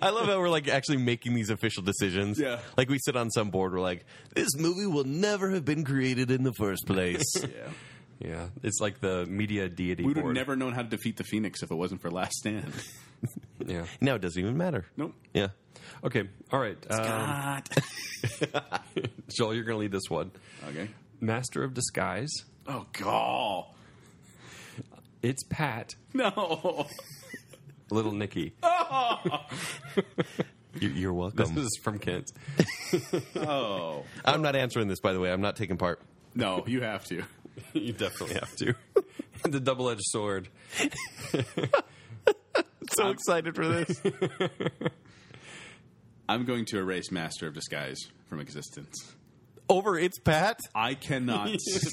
S1: I love how we're like actually making these official decisions.
S3: Yeah.
S1: like we sit on some board. We're like, this movie will never have been created in the first place.
S3: yeah.
S2: Yeah, it's like the media deity
S3: We would have
S2: board.
S3: never known how to defeat the Phoenix if it wasn't for Last Stand.
S2: yeah.
S1: now it doesn't even matter.
S3: nope.
S1: Yeah.
S2: Okay. All right. Um,
S3: God.
S2: Joel, you're going to lead this one.
S3: okay.
S2: Master of Disguise.
S3: Oh God.
S2: It's Pat,
S3: No.
S2: little Nicky.
S1: You're, you're
S2: This
S1: welcome.
S2: is from Kent.
S3: Oh.
S1: I'm not answering this, by the way. I'm not taking part.
S3: No, you have to.
S2: you definitely have to. the double edged sword.
S1: So excited for this.
S3: I'm going to erase Master of Disguise from existence.
S1: Over. It's Pat.
S3: I cannot.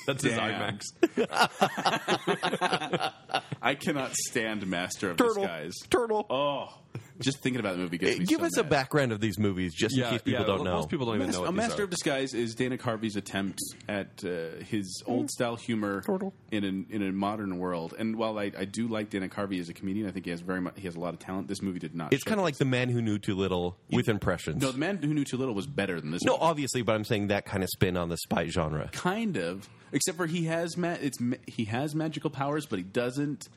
S2: That's his IMAX.
S3: stand. I cannot stand Master of
S1: Turtle.
S3: Disguise.
S1: Turtle.
S3: Oh, just thinking about the movie
S1: Hey,
S3: gets me
S1: give
S3: so
S1: us a
S3: mad.
S1: background of these movies just in
S2: Yeah,
S1: case people
S2: yeah,
S1: don't know.
S2: Most people don't even know. What
S3: Mas- A
S2: these
S3: Master
S2: are.
S3: of Disguise is Dana Carvey's attempt at uh, his old style humor
S1: Turtle.
S3: in an, in a modern world. And while I, I do like Dana Carvey as a comedian, I think he has very much he has a lot of talent. This movie did not.
S1: it's kind of like The Man Who Knew Too Little with impressions.
S3: no,
S1: No,
S3: the man who knew too little was better than this. movie.
S1: obviously, but I'm saying that kind of spin on the spy genre.
S3: kind of, except for he has ma- it's ma- he has magical powers, but he doesn't. I-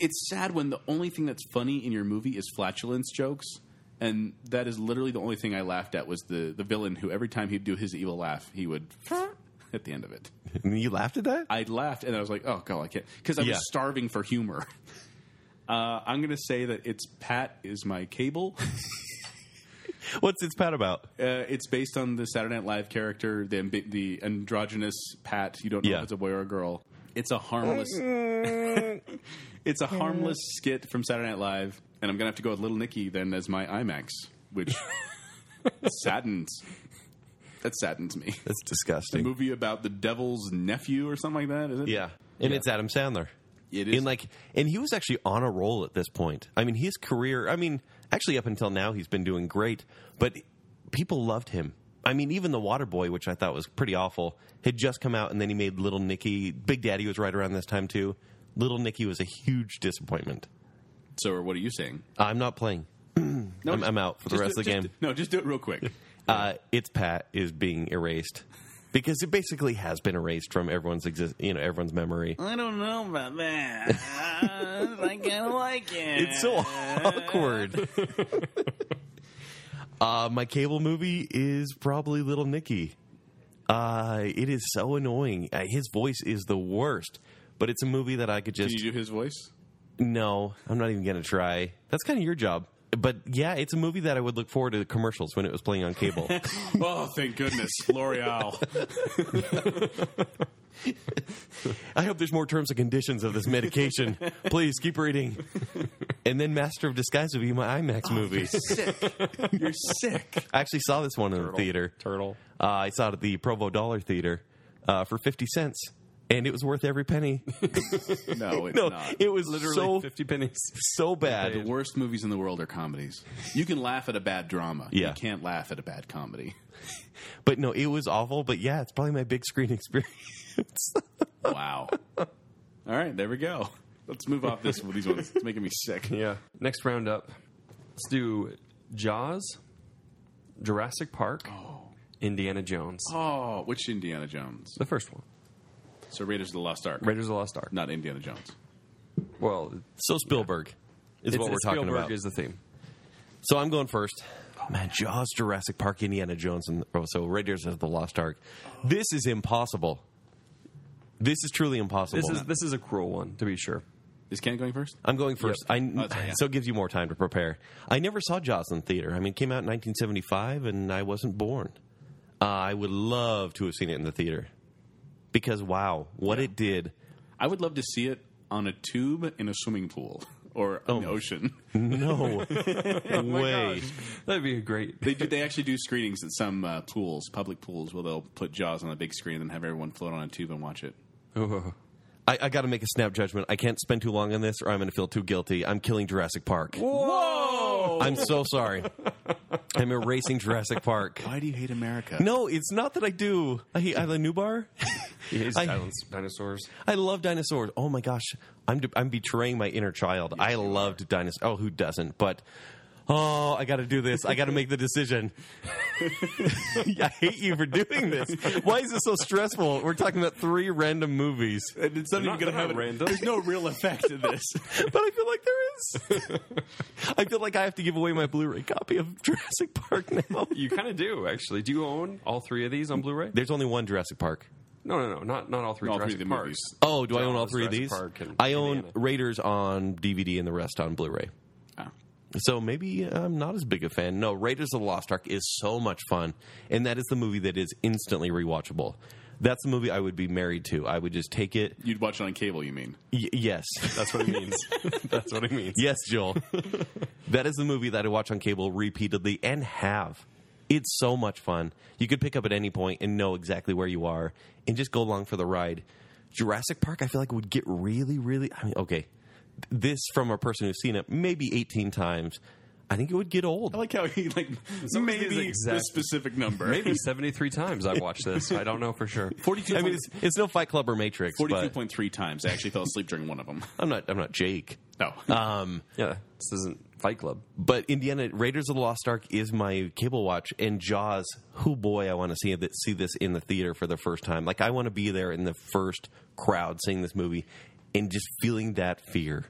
S3: It's sad when the only thing that's funny in your movie is flatulence jokes, and that is literally the only thing I laughed at was the the villain who every time he'd do his evil laugh, he would at the end of it.
S1: And you laughed at that?
S3: I laughed and I was like, oh god, I can't because I
S1: Yeah.
S3: was starving for humor. Uh, I'm gonna say that it's Pat is my cable.
S1: What's its pat about?
S3: Uh, it's based on the Saturday Night Live character, the ambi- the androgynous Pat. You don't know
S1: Yeah.
S3: if it's a boy or a girl. It's a harmless. it's a harmless skit from Saturday Night Live, and I'm gonna have to go with Little Nicky then as my IMAX, which saddens. That saddens me.
S1: That's
S3: A
S1: disgusting.
S3: movie about the devil's nephew or something like that, is it?
S1: Yeah, and it's Adam Sandler.
S3: It is.
S1: And like, and he was actually on a roll at this point. I mean, his career. I mean, actually, up until now, he's been doing great. But people loved him. I mean, even the Waterboy, which I thought was pretty awful, had just come out, and then he made Little Nicky. Big Daddy was right around this time too. Little Nicky was a huge disappointment.
S3: So, what are you saying?
S1: I'm not playing.
S3: No,
S1: I'm,
S3: just-
S1: I'm out for the
S3: just
S1: rest
S3: do-
S1: of the
S3: just-
S1: game.
S3: No, just do it real quick.
S1: Uh, it's Pat is being erased because it basically has been erased from everyone's exist. You know, everyone's memory.
S3: I don't know about that. I kind of like it.
S1: It's so awkward. uh, my cable movie is probably Little Nicky. Uh, it is so annoying. Uh, his voice is the worst. But it's a movie that I could
S3: Can
S1: just
S3: you do his voice?
S1: no. I'm not even gonna try. That's kind of your job. But yeah, it's a movie that I would look forward to the commercials when it was playing on cable.
S3: Oh, thank goodness, L'Oreal.
S1: I hope there's more terms and conditions of this medication. Please keep reading. And then Master of Disguise would be my IMAX movie.
S3: You're sick.
S1: I actually saw this one in the theater.
S2: Turtle.
S1: Uh, I saw it at the Provo Dollar Theater uh, for 50 cents, and it was worth every penny.
S3: No, it's
S1: No,
S3: not.
S1: it was
S2: Literally
S1: so,
S2: 50 pennies.
S1: so
S3: the
S1: bad.
S3: worst movies in the world are comedies. You can laugh at a bad drama.
S1: Yeah.
S3: You can't laugh at a bad comedy.
S1: But no, it was awful. But yeah, it's probably my big screen experience.
S3: Wow. All right, there we go. Let's move off this these ones. It's making me sick.
S2: Yeah. Next round up. Let's do Jaws, Jurassic Park, Indiana Jones.
S3: Oh, which Indiana Jones?
S2: The first one.
S3: So Raiders of the Lost Ark,
S2: Raiders of the Lost Ark.
S3: not Indiana Jones.
S2: Well,
S1: So Spielberg is
S2: it's,
S1: what we're
S2: it's
S1: talking
S2: Spielberg
S1: about.
S2: is the theme.
S1: so I'm going first. Oh man, Jaws, Jurassic Park, Indiana Jones, and oh, so Raiders of the Lost Ark. This is impossible. This is truly impossible.
S2: This is this is a cruel one to be sure.
S3: Is Ken going first?
S1: I'm going first. I,
S3: Oh, that's right, yeah.
S1: So it gives you more time to prepare. I never saw Jaws in theater. I mean, it came out in 1975, and I wasn't born. Uh, I would love to have seen it in the theater because, wow, what it did.
S3: I would love to see it on a tube in a swimming pool or an ocean.
S1: No way.
S2: That'd be a great.
S3: They do. They actually do screenings at some uh, pools, public pools, where they'll put Jaws on a big screen and have everyone float on a tube and watch it.
S2: Oh,
S1: I, I got to make a snap judgment. I can't spend too long on this, or I'm going to feel too guilty. I'm killing Jurassic Park.
S3: Whoa!
S1: I'm so sorry. I'm erasing Jurassic Park.
S3: Why do you hate America?
S1: No, it's not that I do. I hate Isla Newbar.
S2: he hates
S1: I-
S2: silence, dinosaurs.
S1: I love dinosaurs. Oh my gosh, I'm I'm betraying my inner child. I loved dinosaurs. Oh, who doesn't? But oh, I got to do this. I got to make the decision. I hate you for doing this. Why is this so stressful? We're talking about three random movies,
S3: And it's not
S2: They're
S3: even
S2: not-
S3: going to
S2: they're
S3: have
S2: not
S3: it-
S2: random.
S3: There's no real effect to this.
S1: but I feel like there is. I feel like I have to give away my Blu-ray copy of Jurassic Park now.
S2: You kind of do actually. Do you own all three of these on Blu-ray?
S1: There's only one Jurassic Park.
S2: No, no, no, not not all three.
S3: All three
S2: Jurassic
S3: of the
S2: Parks.
S3: movies.
S1: Oh, do I own all
S2: Jaws,
S1: three of
S2: Jurassic
S1: these?
S2: Park, and
S1: I own
S2: Indiana.
S1: Raiders on DVD and the rest on Blu-ray.
S3: Ah.
S1: So maybe I'm not as big a fan. No, Raiders of the Lost Ark is so much fun, and that is the movie that is instantly rewatchable. That's the movie I would be married to. I would just take it.
S3: You'd watch it on cable, you mean?
S1: Y- yes,
S2: That's what it means. That's what it means.
S1: yes, Joel. that is the movie that I watch on cable repeatedly and have. It's so much fun. You could pick up at any point and know exactly where you are, and just go along for the ride. Jurassic Park, I feel like would get really, really. I mean, okay, this from a person who's seen it maybe 18 times. I think it would get old.
S3: I like how he like
S2: it's
S3: maybe
S2: exact-
S3: the specific number.
S2: Maybe seventy-three times I've watched this. I don't know for sure.
S3: forty-two.
S1: I mean, it's, it's no Fight Club or Matrix,
S3: forty-two
S1: but
S3: point three times. I actually fell asleep during one of them.
S1: I'm not I'm not Jake.
S3: No, Uh,
S1: Um,
S2: Yeah, this isn't Fight Club.
S1: but Indiana Raiders of the Lost Ark is my cable watch, and Jaws. Who boy, I want to see it, see this in the theater for the first time. Like I want to be there in the first crowd seeing this movie, and just feeling that fear.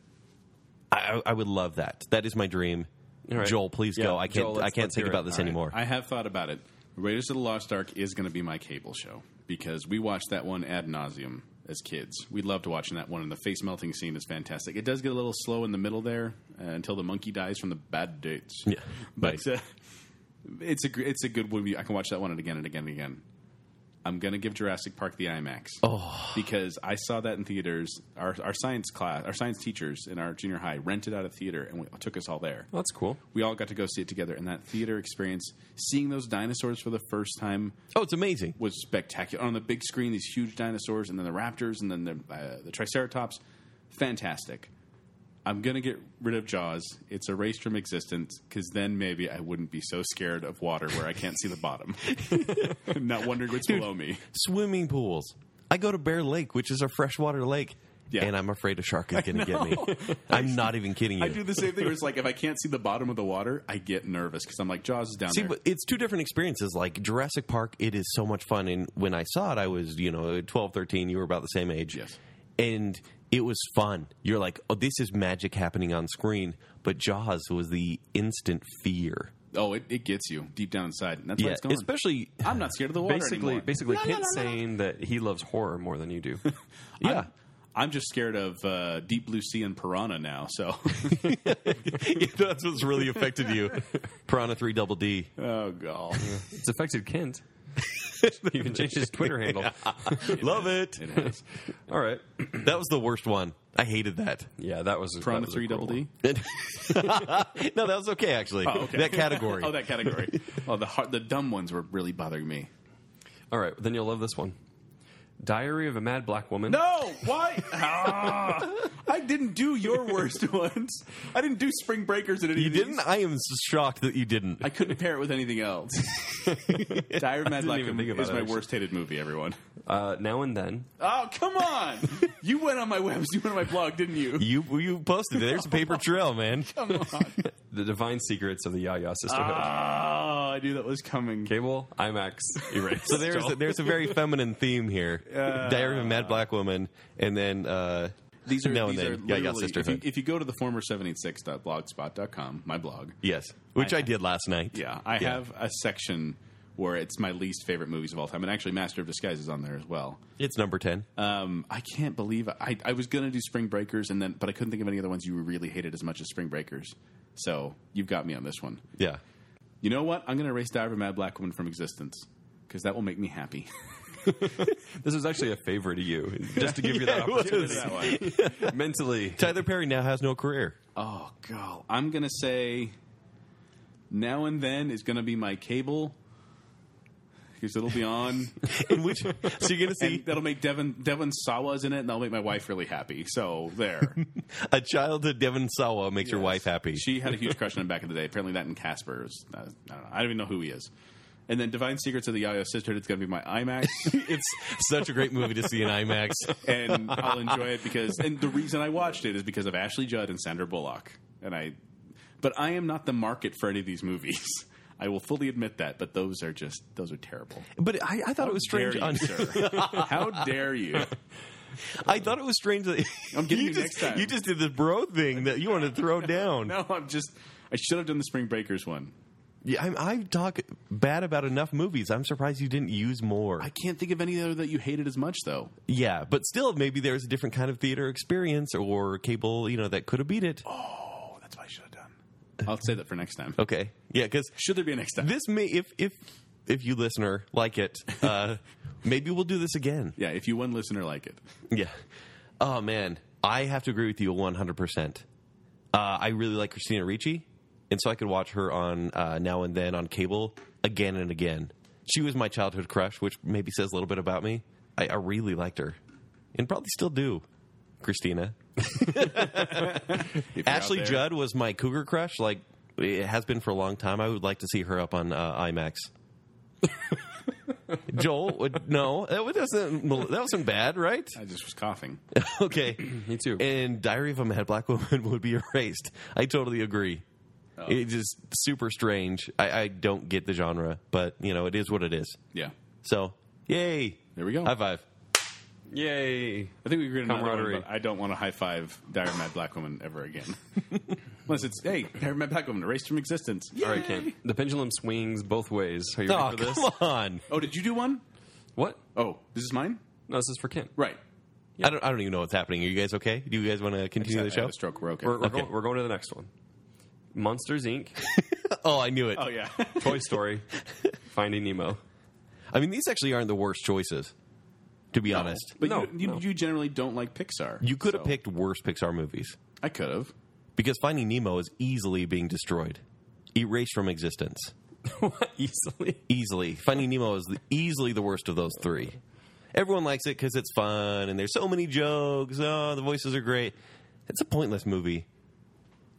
S1: I, I I would love that. That is my dream.
S2: All right.
S1: Joel, please
S2: Yeah,
S1: go. I can't
S2: Joel, let's-
S1: I can't
S2: let's
S1: think
S2: hear it.
S1: about this anymore.
S3: I have thought about it. Raiders of the Lost Ark is going to be my cable show because we watched that one ad nauseum as kids. We loved watching that one, and the face melting scene is fantastic. It does get a little slow in the middle there uh, until the monkey dies from the bad dates.
S1: Yeah.
S3: but uh, it's a gr- it's a good movie. I can watch that one and again and again and again. I'm going to give Jurassic Park the IMAX. Oh. Because I saw that in theaters. Our, our science class, our science teachers in our junior high rented out a theater and we, took us all there.
S2: Well, that's cool.
S3: We all got to go see it together. And that theater experience, seeing those dinosaurs for the first time,
S1: Oh, it's amazing.
S3: was spectacular. On the big screen, these huge dinosaurs, and then the raptors, and then the, uh, the triceratops. Fantastic. I'm going to get rid of Jaws. It's erased from existence because then maybe I wouldn't be so scared of water where I can't see the bottom. I'm not wondering what's below me.
S1: Swimming pools. I go to Bear Lake, which is a freshwater lake,
S3: Yeah.
S1: and I'm afraid a shark is going to get me. I'm not even kidding you.
S3: I do the same thing where it's like if I can't see the bottom of the water, I get nervous because I'm like, Jaws is down
S1: See,
S3: there.
S1: but it's two different experiences. Like Jurassic Park, it is so much fun. And when I saw it, I was, you know, 12, 13. You were about the same age.
S3: Yes.
S1: And it was fun. You're like, oh, this is magic happening on screen. But Jaws was the instant fear.
S3: oh, it, it gets you deep down inside. And that's why
S1: yeah.
S3: it's gone.
S1: Especially,
S3: I'm not scared of the water
S2: Basically,
S3: anymore.
S2: basically,
S3: No, no,
S2: Kent's
S3: no, no, no.
S2: saying that he loves horror more than you do.
S1: yeah.
S3: I'm just scared of uh, deep blue sea and piranha now. So,
S1: That's what's really affected you. Piranha 3 Double D.
S3: oh god,
S2: it's affected Kent. he even changed his Twitter handle.
S1: Love it.
S3: it has.
S2: All right.
S1: That was the worst one. I hated that.
S2: Yeah, that was that
S3: Piranha
S2: was a
S3: three
S2: cool
S3: double
S2: one.
S3: D.
S1: no, that was okay, actually.
S3: okay.
S1: That category.
S3: Oh, that category. oh, the hard, the dumb ones were really bothering me.
S2: All right, then you'll love this one. Diary of a Mad Black Woman.
S3: No, why? Ah, I didn't do your worst ones. I didn't do Spring Breakers in any.
S1: you
S3: of these.
S1: didn't? I am shocked that you didn't.
S3: I couldn't pair it with anything else. Dire of Mad Black
S2: even think about
S3: is
S2: it,
S3: my
S2: actually.
S3: worst hated movie. Everyone.
S2: Uh, now and then.
S3: Oh come on! you went on my webs. You went on my blog, didn't you?
S1: You you posted it. There's a paper trail, man.
S3: Come on.
S2: The Divine Secrets of the Yaya Sisterhood.
S3: Ah, I knew that was coming.
S2: Cable, IMAX, Erase.
S1: So there's a, there's a very feminine theme here. Diary of a Mad Black Woman, and then uh,
S3: These are,
S1: now
S3: these
S1: and
S3: are
S1: then yeah, yeah,
S3: literally-
S1: sisterhood.
S3: If you, if you go to the former 76.blogspot.com, my blog,
S1: yes, which I,
S3: I-
S1: did last night.
S3: yeah, I have a section where it's my least favorite movies of all time. And actually, Master of Disguise is on there as well.
S1: it's number ten.
S3: Um, I can't believe I, I was going to do Spring Breakers, and then but I couldn't think of any other ones you really hated as much as Spring Breakers. So you've got me on this one.
S1: yeah,
S3: You know what? I'm going to erase Diary of a Mad Black Woman from existence because that will make me happy.
S2: This is actually a favor to you, just to give you that
S1: Yeah, it was.
S2: opportunity. Mentally,
S1: Tyler Perry now has no career.
S3: Oh god, I'm gonna say now and then is gonna be my cable because it'll be on,
S1: In which so you're gonna see
S3: and that'll make Devin Devin Sawa's in it, and that'll make my wife really happy. So there,
S1: a childhood Devon Sawa makes your wife happy.
S3: she had a huge crush on him back in the day. Apparently, that and Casper's. Uh, I don't, know. I don't even know who he is. And then Divine Secrets of the Yo-Yo Sisterhood. It's gonna be my IMAX,
S1: it's such a great movie to see in IMAX.
S3: and I'll enjoy it because. And the reason I watched it is because of Ashley Judd and Sandra Bullock. And I, but I am not the market for any of these movies. I will fully admit that. But those are just those are terrible.
S1: But I, I thought it was strange.
S3: Dare you,
S1: on-
S3: sir. How dare you?
S1: I thought it was strange that
S3: I'm getting you
S1: just,
S3: next time.
S1: You just did the bro thing that you wanted to throw down.
S3: No, I'm just. I should have done the Spring Breakers one.
S1: Yeah, I'm, I talk bad about enough movies. I'm surprised you didn't use more.
S3: I can't think of any other that you hated as much though.
S1: yeah, but still, maybe there's a different kind of theater experience or cable, you know, that could have beat it.
S3: Oh, that's what I should have done. I'll say that for next time.
S1: Okay, yeah, because
S3: Should there be a next time?
S1: this may if if if you listener like it, uh, maybe we'll do this again.
S3: yeah, if you one listener like it,
S1: Yeah. Oh man, I have to agree with you 100. percent uh, I really like Christina Ricci, and so I could watch her on uh, now and then on cable again and again. She was my childhood crush, which maybe says a little bit about me. I, I really liked her, and probably still do. Christina
S3: If you're out
S1: Ashley
S3: there,
S1: Judd was my cougar crush. Like it has been for a long time. I would like to see her up on uh, IMAX. Joel, would, no, that wasn't that wasn't bad, right?
S3: I just was coughing.
S1: Okay,
S2: me too.
S1: and Diary of a Mad Black Woman would be erased. I totally agree. It's just super strange. I, I don't get the genre, but you know it is what it is.
S3: Yeah,
S1: So yay!
S3: there we go.
S1: High five.
S2: Yay!
S3: I think we agreed on another
S2: Camaraderie.
S3: one, but I don't want to high five Dire Mad Black Woman ever again. Unless it's hey, Dire Mad Black Woman erased from existence.
S2: All right, Kent. The pendulum swings both ways. Are you
S1: Oh
S2: ready for this?
S1: come on!
S3: Oh, did you do one?
S2: What?
S3: Oh, this is mine.
S2: No, this is for Kent.
S3: Right.
S1: I don't. I don't even know what's happening. Are you guys okay? Do you guys want to continue the
S3: I had
S1: show?
S3: a stroke. We're okay.
S2: We're, we're,
S1: Okay.
S2: going, we're going to the next one. Monsters Inc.,
S1: Oh, I knew it.
S3: oh yeah.
S2: Toy Story, Finding Nemo.
S1: I mean, these actually aren't the worst choices, to be honest.
S3: But
S2: No,
S3: you, you,
S2: no.
S3: you generally don't like Pixar.
S1: You could have
S3: so-
S1: picked worse Pixar movies
S3: I could have.
S1: because Finding Nemo is easily being destroyed, erased from existence.
S2: easily.
S1: Easily. Finding Nemo is the, easily the worst of those three. Everyone likes it because it's fun and there's so many jokes. Oh, the voices are great. It's a pointless movie.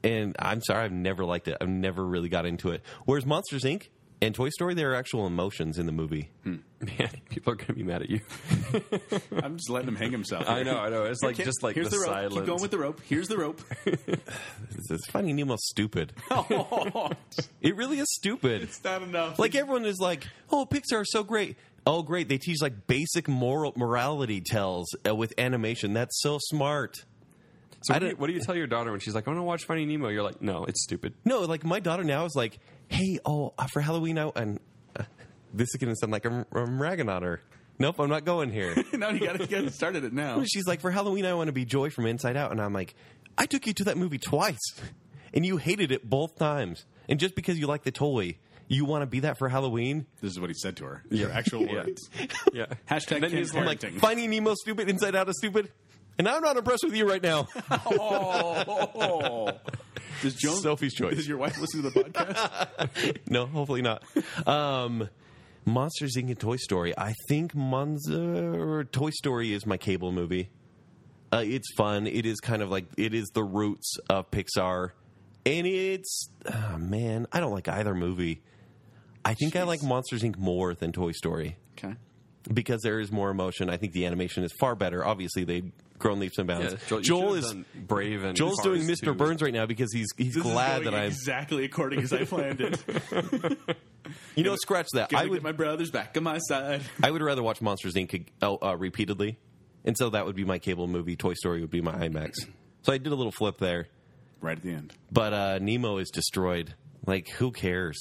S1: And I'm sorry, I've never liked it. I've never really got into it. Whereas Monsters Inc. and Toy Story, there are actual emotions in the movie.
S2: Man, people are going to be mad at you.
S3: I'm just letting him hang himself.
S2: I know, I know. It's like
S3: Can't-
S2: just like
S3: here's the,
S2: the,
S3: rope.
S2: silence.
S3: Keep going with the rope. Here's the rope.
S1: It's, it's Finding Nemo's stupid.
S3: oh,
S1: It really is stupid.
S3: it's not enough.
S1: Like everyone is like, "Oh, Pixar is so great." Oh, great! They teach like basic moral morality tells uh, with animation. That's so smart.
S2: so
S1: I
S2: what do, you,
S1: don't-
S2: what do you tell your daughter when she's like, "I want to watch Finding Nemo"? You're like, "No, it's stupid."
S1: No, like my daughter now is like, "Hey, oh, uh, for Halloween, I and uh, this is gonna sound like I'm, I'm ragging on her." Nope, I'm not going here.
S3: no, you got to get started it now.
S1: She's like, "For Halloween, I want to be Joy from Inside Out," and I'm like, "I took you to that movie twice, and you hated it both times. And just because you like the toy, you want to be that for Halloween."
S3: This is what he said to her. Your actual
S2: Yeah.
S3: words.
S2: Yeah.
S3: Hashtag
S2: then
S3: Ken
S2: he's like,
S1: like
S3: parenting.
S1: Finding Nemo stupid, Inside Out is stupid, and I'm not impressed with you right now.
S3: oh. Does Jones,
S1: Sophie's choice.
S3: Does your wife listen to the podcast?
S1: no, hopefully not. Um, Monsters Inc. and Toy Story. I think Monster Toy Story is my cable movie. Uh, it's fun. It is kind of like it is the roots of Pixar, and it's ah, man, I don't like either movie. I think I like Monsters Inc. more than Toy Story.
S3: okay.
S1: because there is more emotion. I think the animation is far better. Obviously, they've grown leaps and bounds.
S2: Yeah,
S1: Joel,
S2: you should've
S1: is
S2: done brave and
S1: Joel's doing
S2: Cars
S1: Mr.
S2: too.
S1: Burns right now because he's he's glad that I'm.
S3: exactly according as I planned it.
S1: You know, scratch that. I
S3: I
S1: would
S3: my brothers back on my side.
S1: I would rather watch Monsters Inc. Uh, uh, repeatedly, and so that would be my cable movie. Toy Story would be my IMAX. So I did a little flip there,
S3: Right at the end.
S1: but uh, Nemo is destroyed. Like, who cares?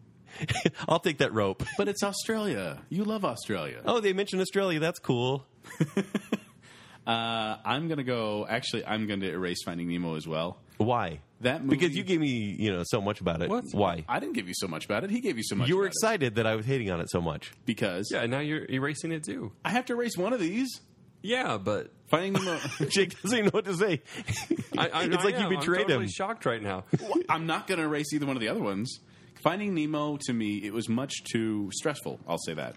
S1: I'll take that rope.
S3: But it's Australia. You love Australia.
S1: Oh, they mentioned Australia. That's cool.
S3: Uh, I'm gonna go. Actually, I'm gonna erase Finding Nemo as well.
S1: Why?
S3: That movie,
S1: because you gave me you know so much about it.
S2: What?
S1: Why?
S3: I didn't give you so much about it. He gave you so much.
S1: You were
S3: about it.
S1: excited that I was hating on it so much.
S3: because
S2: Yeah, and now you're erasing it too.
S3: I have to erase one of these.
S2: Yeah, but
S3: Finding Nemo.
S1: Jake doesn't even know what to say.
S2: I, I,
S1: it's
S2: I
S1: like
S2: am.
S1: you betrayed
S2: I'm totally
S1: him.
S2: Shocked right now.
S3: I'm not gonna erase either one of the other ones. Finding Nemo to me, it was much too stressful. I'll say that.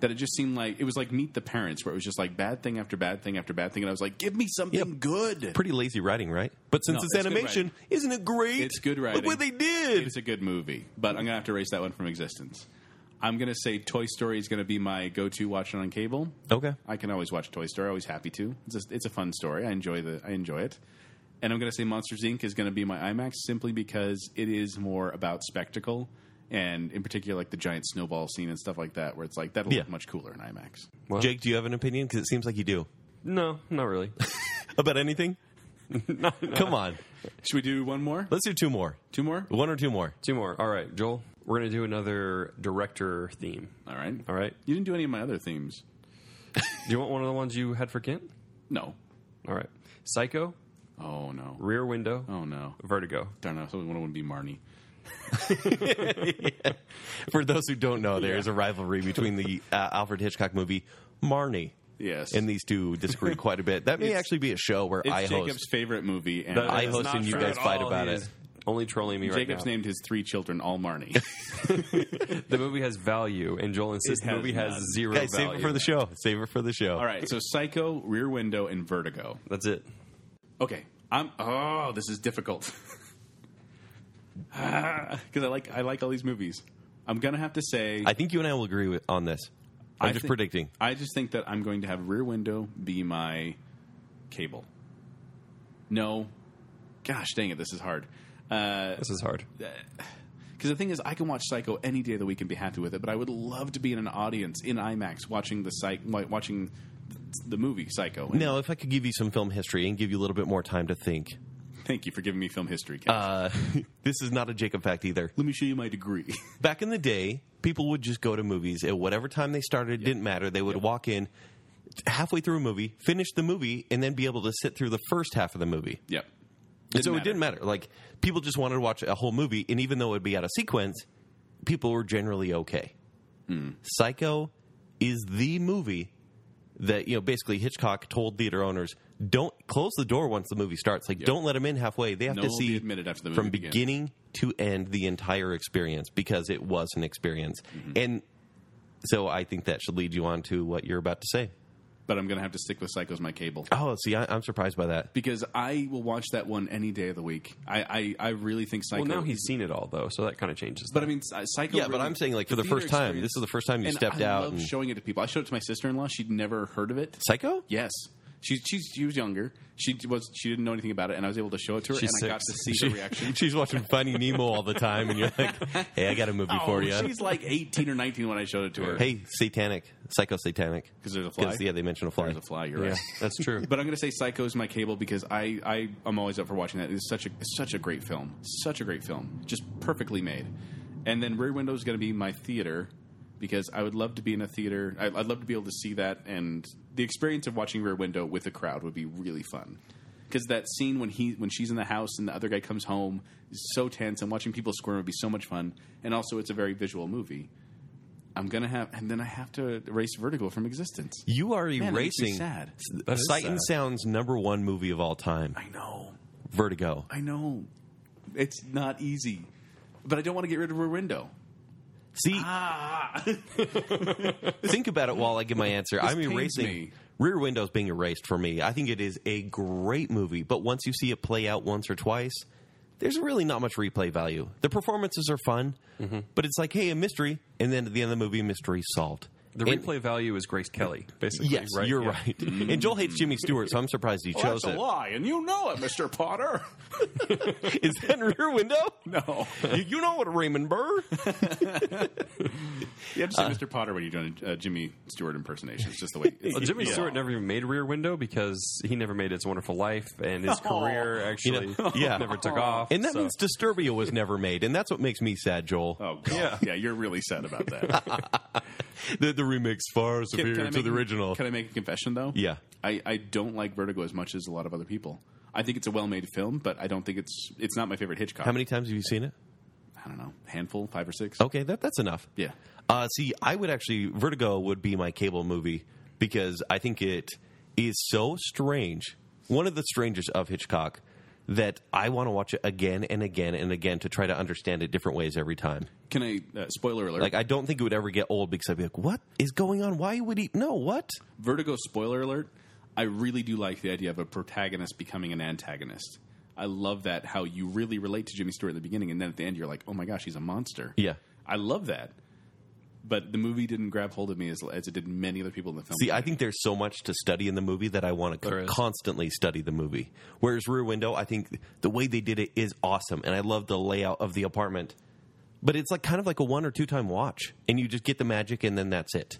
S3: That it just seemed like it was like Meet the Parents, where it was just like bad thing after bad thing after bad thing, and I was like, give me something
S1: Yep.
S3: good.
S1: Pretty lazy writing, right? But since
S3: No,
S1: it's,
S3: it's good
S1: animation, isn't it great?
S3: It's good
S1: Look what they
S3: writing.
S1: did.
S3: It's a good movie, but I'm gonna have to erase that one from existence. I'm gonna say Toy Story is gonna be my go-to watching on cable.
S1: Okay.
S3: I can always watch Toy Story. Always happy to. It's a, it's a fun story. I enjoy the I enjoy it. And I'm going to say Monsters Inc. is going to be my IMAX simply because it is more about spectacle and in particular like the giant snowball scene and stuff like that where it's like that'll
S1: Yeah.
S3: look much cooler in IMAX.
S2: Well,
S1: Jake, do you have an opinion? Because it seems like you do
S2: no, not really.
S1: about anything. Come on,
S3: Should we do one more?
S1: let's do two more.
S3: Two more?
S1: One or two more.
S2: Two more. All right, Joel. We're gonna do another director theme.
S3: All right.
S2: All right.
S3: You didn't do any of my other themes.
S2: Do you want one of the ones you had for Kent?
S3: No.
S2: All right. Psycho,
S3: Oh no.
S2: Rear Window,
S3: Oh no.
S2: Vertigo.
S3: Darn, I thought one would be Marnie.
S1: For those who don't know, there is a rivalry between the uh, Alfred Hitchcock movie Marnie
S3: Yes.
S1: and these two disagree quite a bit. That may
S3: It's-
S1: actually be a show where
S3: it's
S1: I
S3: Jacob's
S1: host.
S3: favorite movie and
S2: That
S1: I
S2: is
S1: host
S2: not
S1: and you
S2: true
S1: guys
S2: at
S1: fight
S2: all.
S1: about
S2: He
S1: it.
S2: is Only trolling me
S3: Jacob's
S2: right now.
S3: named his three children all Marnie.
S2: The movie has value, and Joel insists the
S3: has
S2: movie
S3: none.
S2: has zero
S1: Guys,
S2: value.
S1: save it for the show. Save it for the show.
S3: all right, so Psycho, Rear Window and Vertigo.
S2: That's it.
S3: Okay, I'm. Oh, this is difficult. Because I like I like all these movies. I'm gonna have to say
S1: I think you and I will agree with, on this. I'm
S3: I
S1: just
S3: thi-
S1: predicting.
S3: I just think that I'm going to have Rear Window be my cable. No, gosh dang it, this is hard. Because
S2: This is hard.
S3: the thing is, I can watch Psycho any day of the week and be happy with it. But I would love to be in an audience in IMAX watching the psych watching the movie Psycho. And
S1: Now, if I could give you some film history and give you a little bit more time to think,
S3: Thank you for giving me film history. Ken.
S1: uh, this is not a Jacob fact either.
S3: Let me show you my degree.
S1: Back in the day, people would just go to movies at whatever time they started, it didn't matter. They would walk in halfway through a movie, finish the movie, and then be able to sit through the first half of the movie.
S3: yep.
S1: And so
S3: Didn't
S1: it didn't matter. Like, people just wanted to watch a whole movie, and even though it would be out of sequence, people were generally okay.
S3: Hmm.
S1: Psycho is the movie that you know basically Hitchcock told theater owners don't close the door once the movie starts. Like don't let them in halfway. They have
S3: No
S1: to
S3: will be
S1: see
S3: admitted after the
S1: from
S3: movie begins.
S1: beginning to end the entire experience because it was an experience.
S3: Mm-hmm.
S1: And so I think that should lead you on to what you're about to say.
S3: But I'm going to have to stick with Psycho's my cable.
S1: Oh, see, I, I'm surprised by that.
S3: Because I will watch that one any day of the week. I, I, I really think Psycho.
S2: Well, now he's seen it all though, so that kind of changes.
S3: But I
S2: that.
S3: mean, Psy- Psycho.
S1: Yeah, but
S3: really-
S1: I'm saying like for the,
S3: theater
S1: first time,
S3: experience-
S1: this is the first time you
S3: and
S1: stepped
S3: I
S1: out.
S3: love
S1: and-
S3: showing it to people. I showed it to my sister in law. She'd never heard of it.
S1: Psycho?
S3: Yes, she she's, she was younger. She was she didn't know anything about it, and I was able to show it to her,
S2: She's
S3: and I got to
S2: six.
S3: see her reaction.
S1: She's watching Finding Nemo all the time, and you're like, "Hey, I got a movie for you."
S3: Oh, she's like 18 or 19 when I showed it to her.
S1: Hey, satanic, psycho satanic.
S3: 'Cause there's a fly?
S1: yeah, they mention a fly.
S3: there's a fly. You're
S2: yeah,
S3: right.
S2: that's true.
S3: But I'm going to say Psycho is my cable because I, I I'm always up for watching that. It's such a it's such a great film, such a great film, just perfectly made. And then Rear Window is going to be my theater because I would love to be in a theater. I, I'd love to be able to see that, and the experience of watching Rear Window with a crowd would be really fun. Because that scene when he when she's in the house and the other guy comes home is so tense, and watching people squirm would be so much fun. And also, it's a very visual movie. I'm gonna have, and then I have to erase Vertigo from existence.
S1: You are
S3: Man, it makes me
S1: erasing
S3: sad.
S2: That is
S1: Sight and
S2: sad.
S1: Sound's number one movie of all time,
S3: I know.
S1: Vertigo.
S3: I know. It's not easy. But I don't want to get rid of her window.
S1: See,
S3: Ah.
S1: think about it while I give my answer. I'm
S3: pains
S1: erasing
S3: me.
S1: Rear Window's being erased for me. I think it is a great movie, but once you see it play out once or twice, there's really not much replay value. The performances are fun,
S3: Mm-hmm.
S1: but it's like, hey, a mystery, and then at the end of the movie, mystery solved.
S2: The
S1: And-
S2: replay value is Grace Kelly, basically.
S1: Yes,
S2: right?
S1: you're
S2: Yeah.
S1: right.
S3: Mm.
S1: And Joel hates Jimmy Stewart, so I'm surprised
S3: Oh,
S1: he chose it.
S3: lie, and you know it, Mr. Potter.
S1: Is that Rear Window?
S3: No.
S1: you, you know what Raymond Burr?
S3: You have to say Mr. Potter when you're doing a uh, Jimmy Stewart impersonation. It's just the way. It's,
S2: Well, Uh, Jimmy
S3: yeah.
S2: Stewart never even made Rear Window because he never made It's a Wonderful Life, and his career actually
S1: yeah.
S2: never took off.
S1: And that
S2: so-
S1: means Disturbia was never made, and that's what makes me sad, Joel.
S3: Oh, God. Yeah. you're really sad about that.
S1: The, the remix far superior
S3: I
S1: to
S3: make-
S1: the original.
S3: Can I make a confession, though?
S1: Yeah.
S3: I, I don't like Vertigo as much as a lot of other people. I think it's a well-made film, but I don't think it's it's not my favorite Hitchcock.
S1: How many Oh. times have you seen it?
S3: I don't know, handful, five or six.
S1: Okay, that, that's enough.
S3: Yeah,
S1: Uh, see, I would actually Vertigo would be my cable movie because I think it is so strange, one of the strangest of Hitchcock, that I want to watch it again and again and again to try to understand it different ways every time.
S3: Can I uh, spoiler alert?
S1: Like I don't think it would ever get old because I'd be like, "What is going on? Why would he? No, what?"
S3: Vertigo spoiler alert. I really do like the idea of a protagonist becoming an antagonist. I love that how you really relate to Jimmy Stewart at the beginning, and then at the end you're like, oh my gosh, he's a monster.
S1: Yeah.
S3: I love that. But the movie didn't grab hold of me as, as it did many other people in the film.
S1: See, I think there's so much to study in the movie that I want to
S2: There
S1: co-
S2: is.
S1: constantly study the movie. Whereas Rear Window, I think the way they did it is awesome, and I love the layout of the apartment. But it's like kind of like a one or two time watch, and you just get the magic, and then that's it.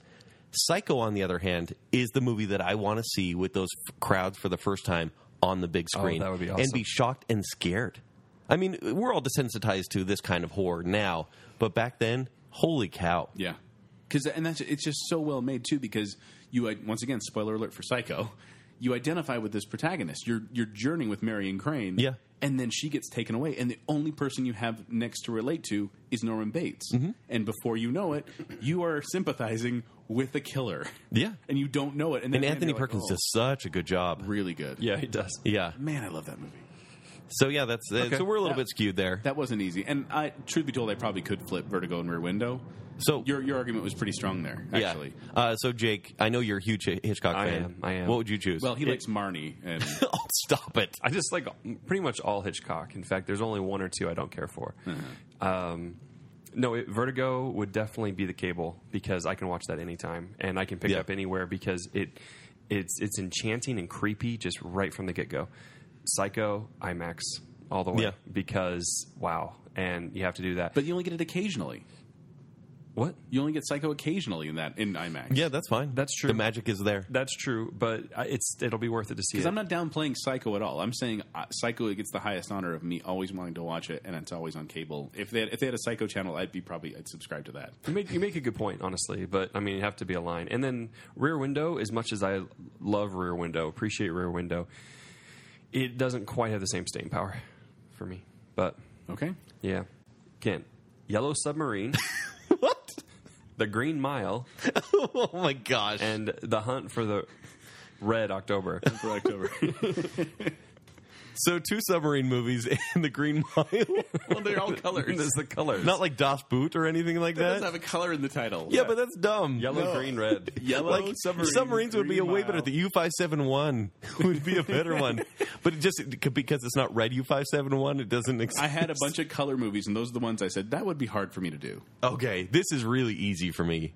S1: Psycho, on the other hand, is the movie that I want to see with those f- crowds for the first time on the big screen,
S2: Oh, that would be
S1: and
S2: awesome.
S1: be shocked and scared. I mean, we're all desensitized to this kind of horror now, but back then, holy cow!
S3: Yeah, because and that's it's just so well made too. Because you once again, spoiler alert for Psycho, you identify with this protagonist. You're you're journeying with Marion Crane.
S1: Yeah.
S3: and then she gets taken away, and the only person you have next to relate to is Norman Bates.
S1: Mm-hmm.
S3: And before you know it, you are sympathizing with the killer.
S1: Yeah.
S3: and you don't know it. And, then
S1: And
S3: at the end
S1: Anthony
S3: you're like,
S1: Perkins
S3: "Oh,
S1: does such a good job.
S3: really good.
S2: yeah, he does.
S1: Yeah.
S3: man, I love that movie.
S1: So yeah, that's uh, so we're a little
S3: That-
S1: bit skewed there.
S3: That wasn't easy, and I, truth be told, I probably could flip Vertigo and Rear Window.
S1: so
S3: Your your argument was pretty strong there,
S1: yeah.
S3: actually.
S1: Uh, so Jake, I know you're a huge Hi- Hitchcock
S2: I
S1: fan.
S2: am, I am.
S1: What would you choose?
S3: Well, he likes Marnie, and
S1: oh, stop it.
S2: I just like pretty much all Hitchcock. In fact, there's only one or two I don't care for. Um, no, it, Vertigo would definitely be the cable because I can watch that anytime and I can pick
S1: Yeah.
S2: up anywhere because it it's it's enchanting and creepy just right from the get go. Psycho IMAX all the way
S1: Yeah.
S2: because wow, and you have to do that.
S3: But you only get it occasionally.
S2: what?
S3: You only get Psycho occasionally in that in IMAX.
S1: Yeah, that's fine.
S2: That's true.
S1: The magic is there.
S2: That's true, but I- it's it'll be worth it to see.
S3: because
S2: It.
S3: I'm not downplaying Psycho at all. I'm saying uh, Psycho gets the highest honor of me always wanting to watch it, and it's always on cable. If they had, if they had a Psycho channel, I'd be probably I'd subscribe to that.
S2: You make you make a good point, honestly, but I mean, you have to be aligned. And then Rear Window, as much as I love Rear Window, appreciate Rear Window, it doesn't quite have the same staying power for me. But
S3: Okay,
S2: yeah, can't Yellow Submarine.
S1: what?
S2: The Green Mile,
S1: oh my gosh.
S2: and The Hunt for the Red October.
S3: for October.
S1: so two submarine movies and the Green Mile.
S3: well, they're all colors.
S2: There's the colors.
S1: Not like Das Boot or anything like
S3: That doesn't
S1: that.
S3: have a color in the title.
S1: yeah, but that's dumb.
S2: yellow,
S1: No.
S2: green, red.
S3: Yellow
S1: like
S3: submarine,
S1: submarines would be a
S3: Green
S1: way
S3: Mile.
S1: better. The U five seven one would be a better one, but it just it could- because it's not red U five seven one, it doesn't. Exist.
S3: I had a bunch of color movies, and those are the ones I said that would be hard for me to do.
S1: okay, this is really easy for me.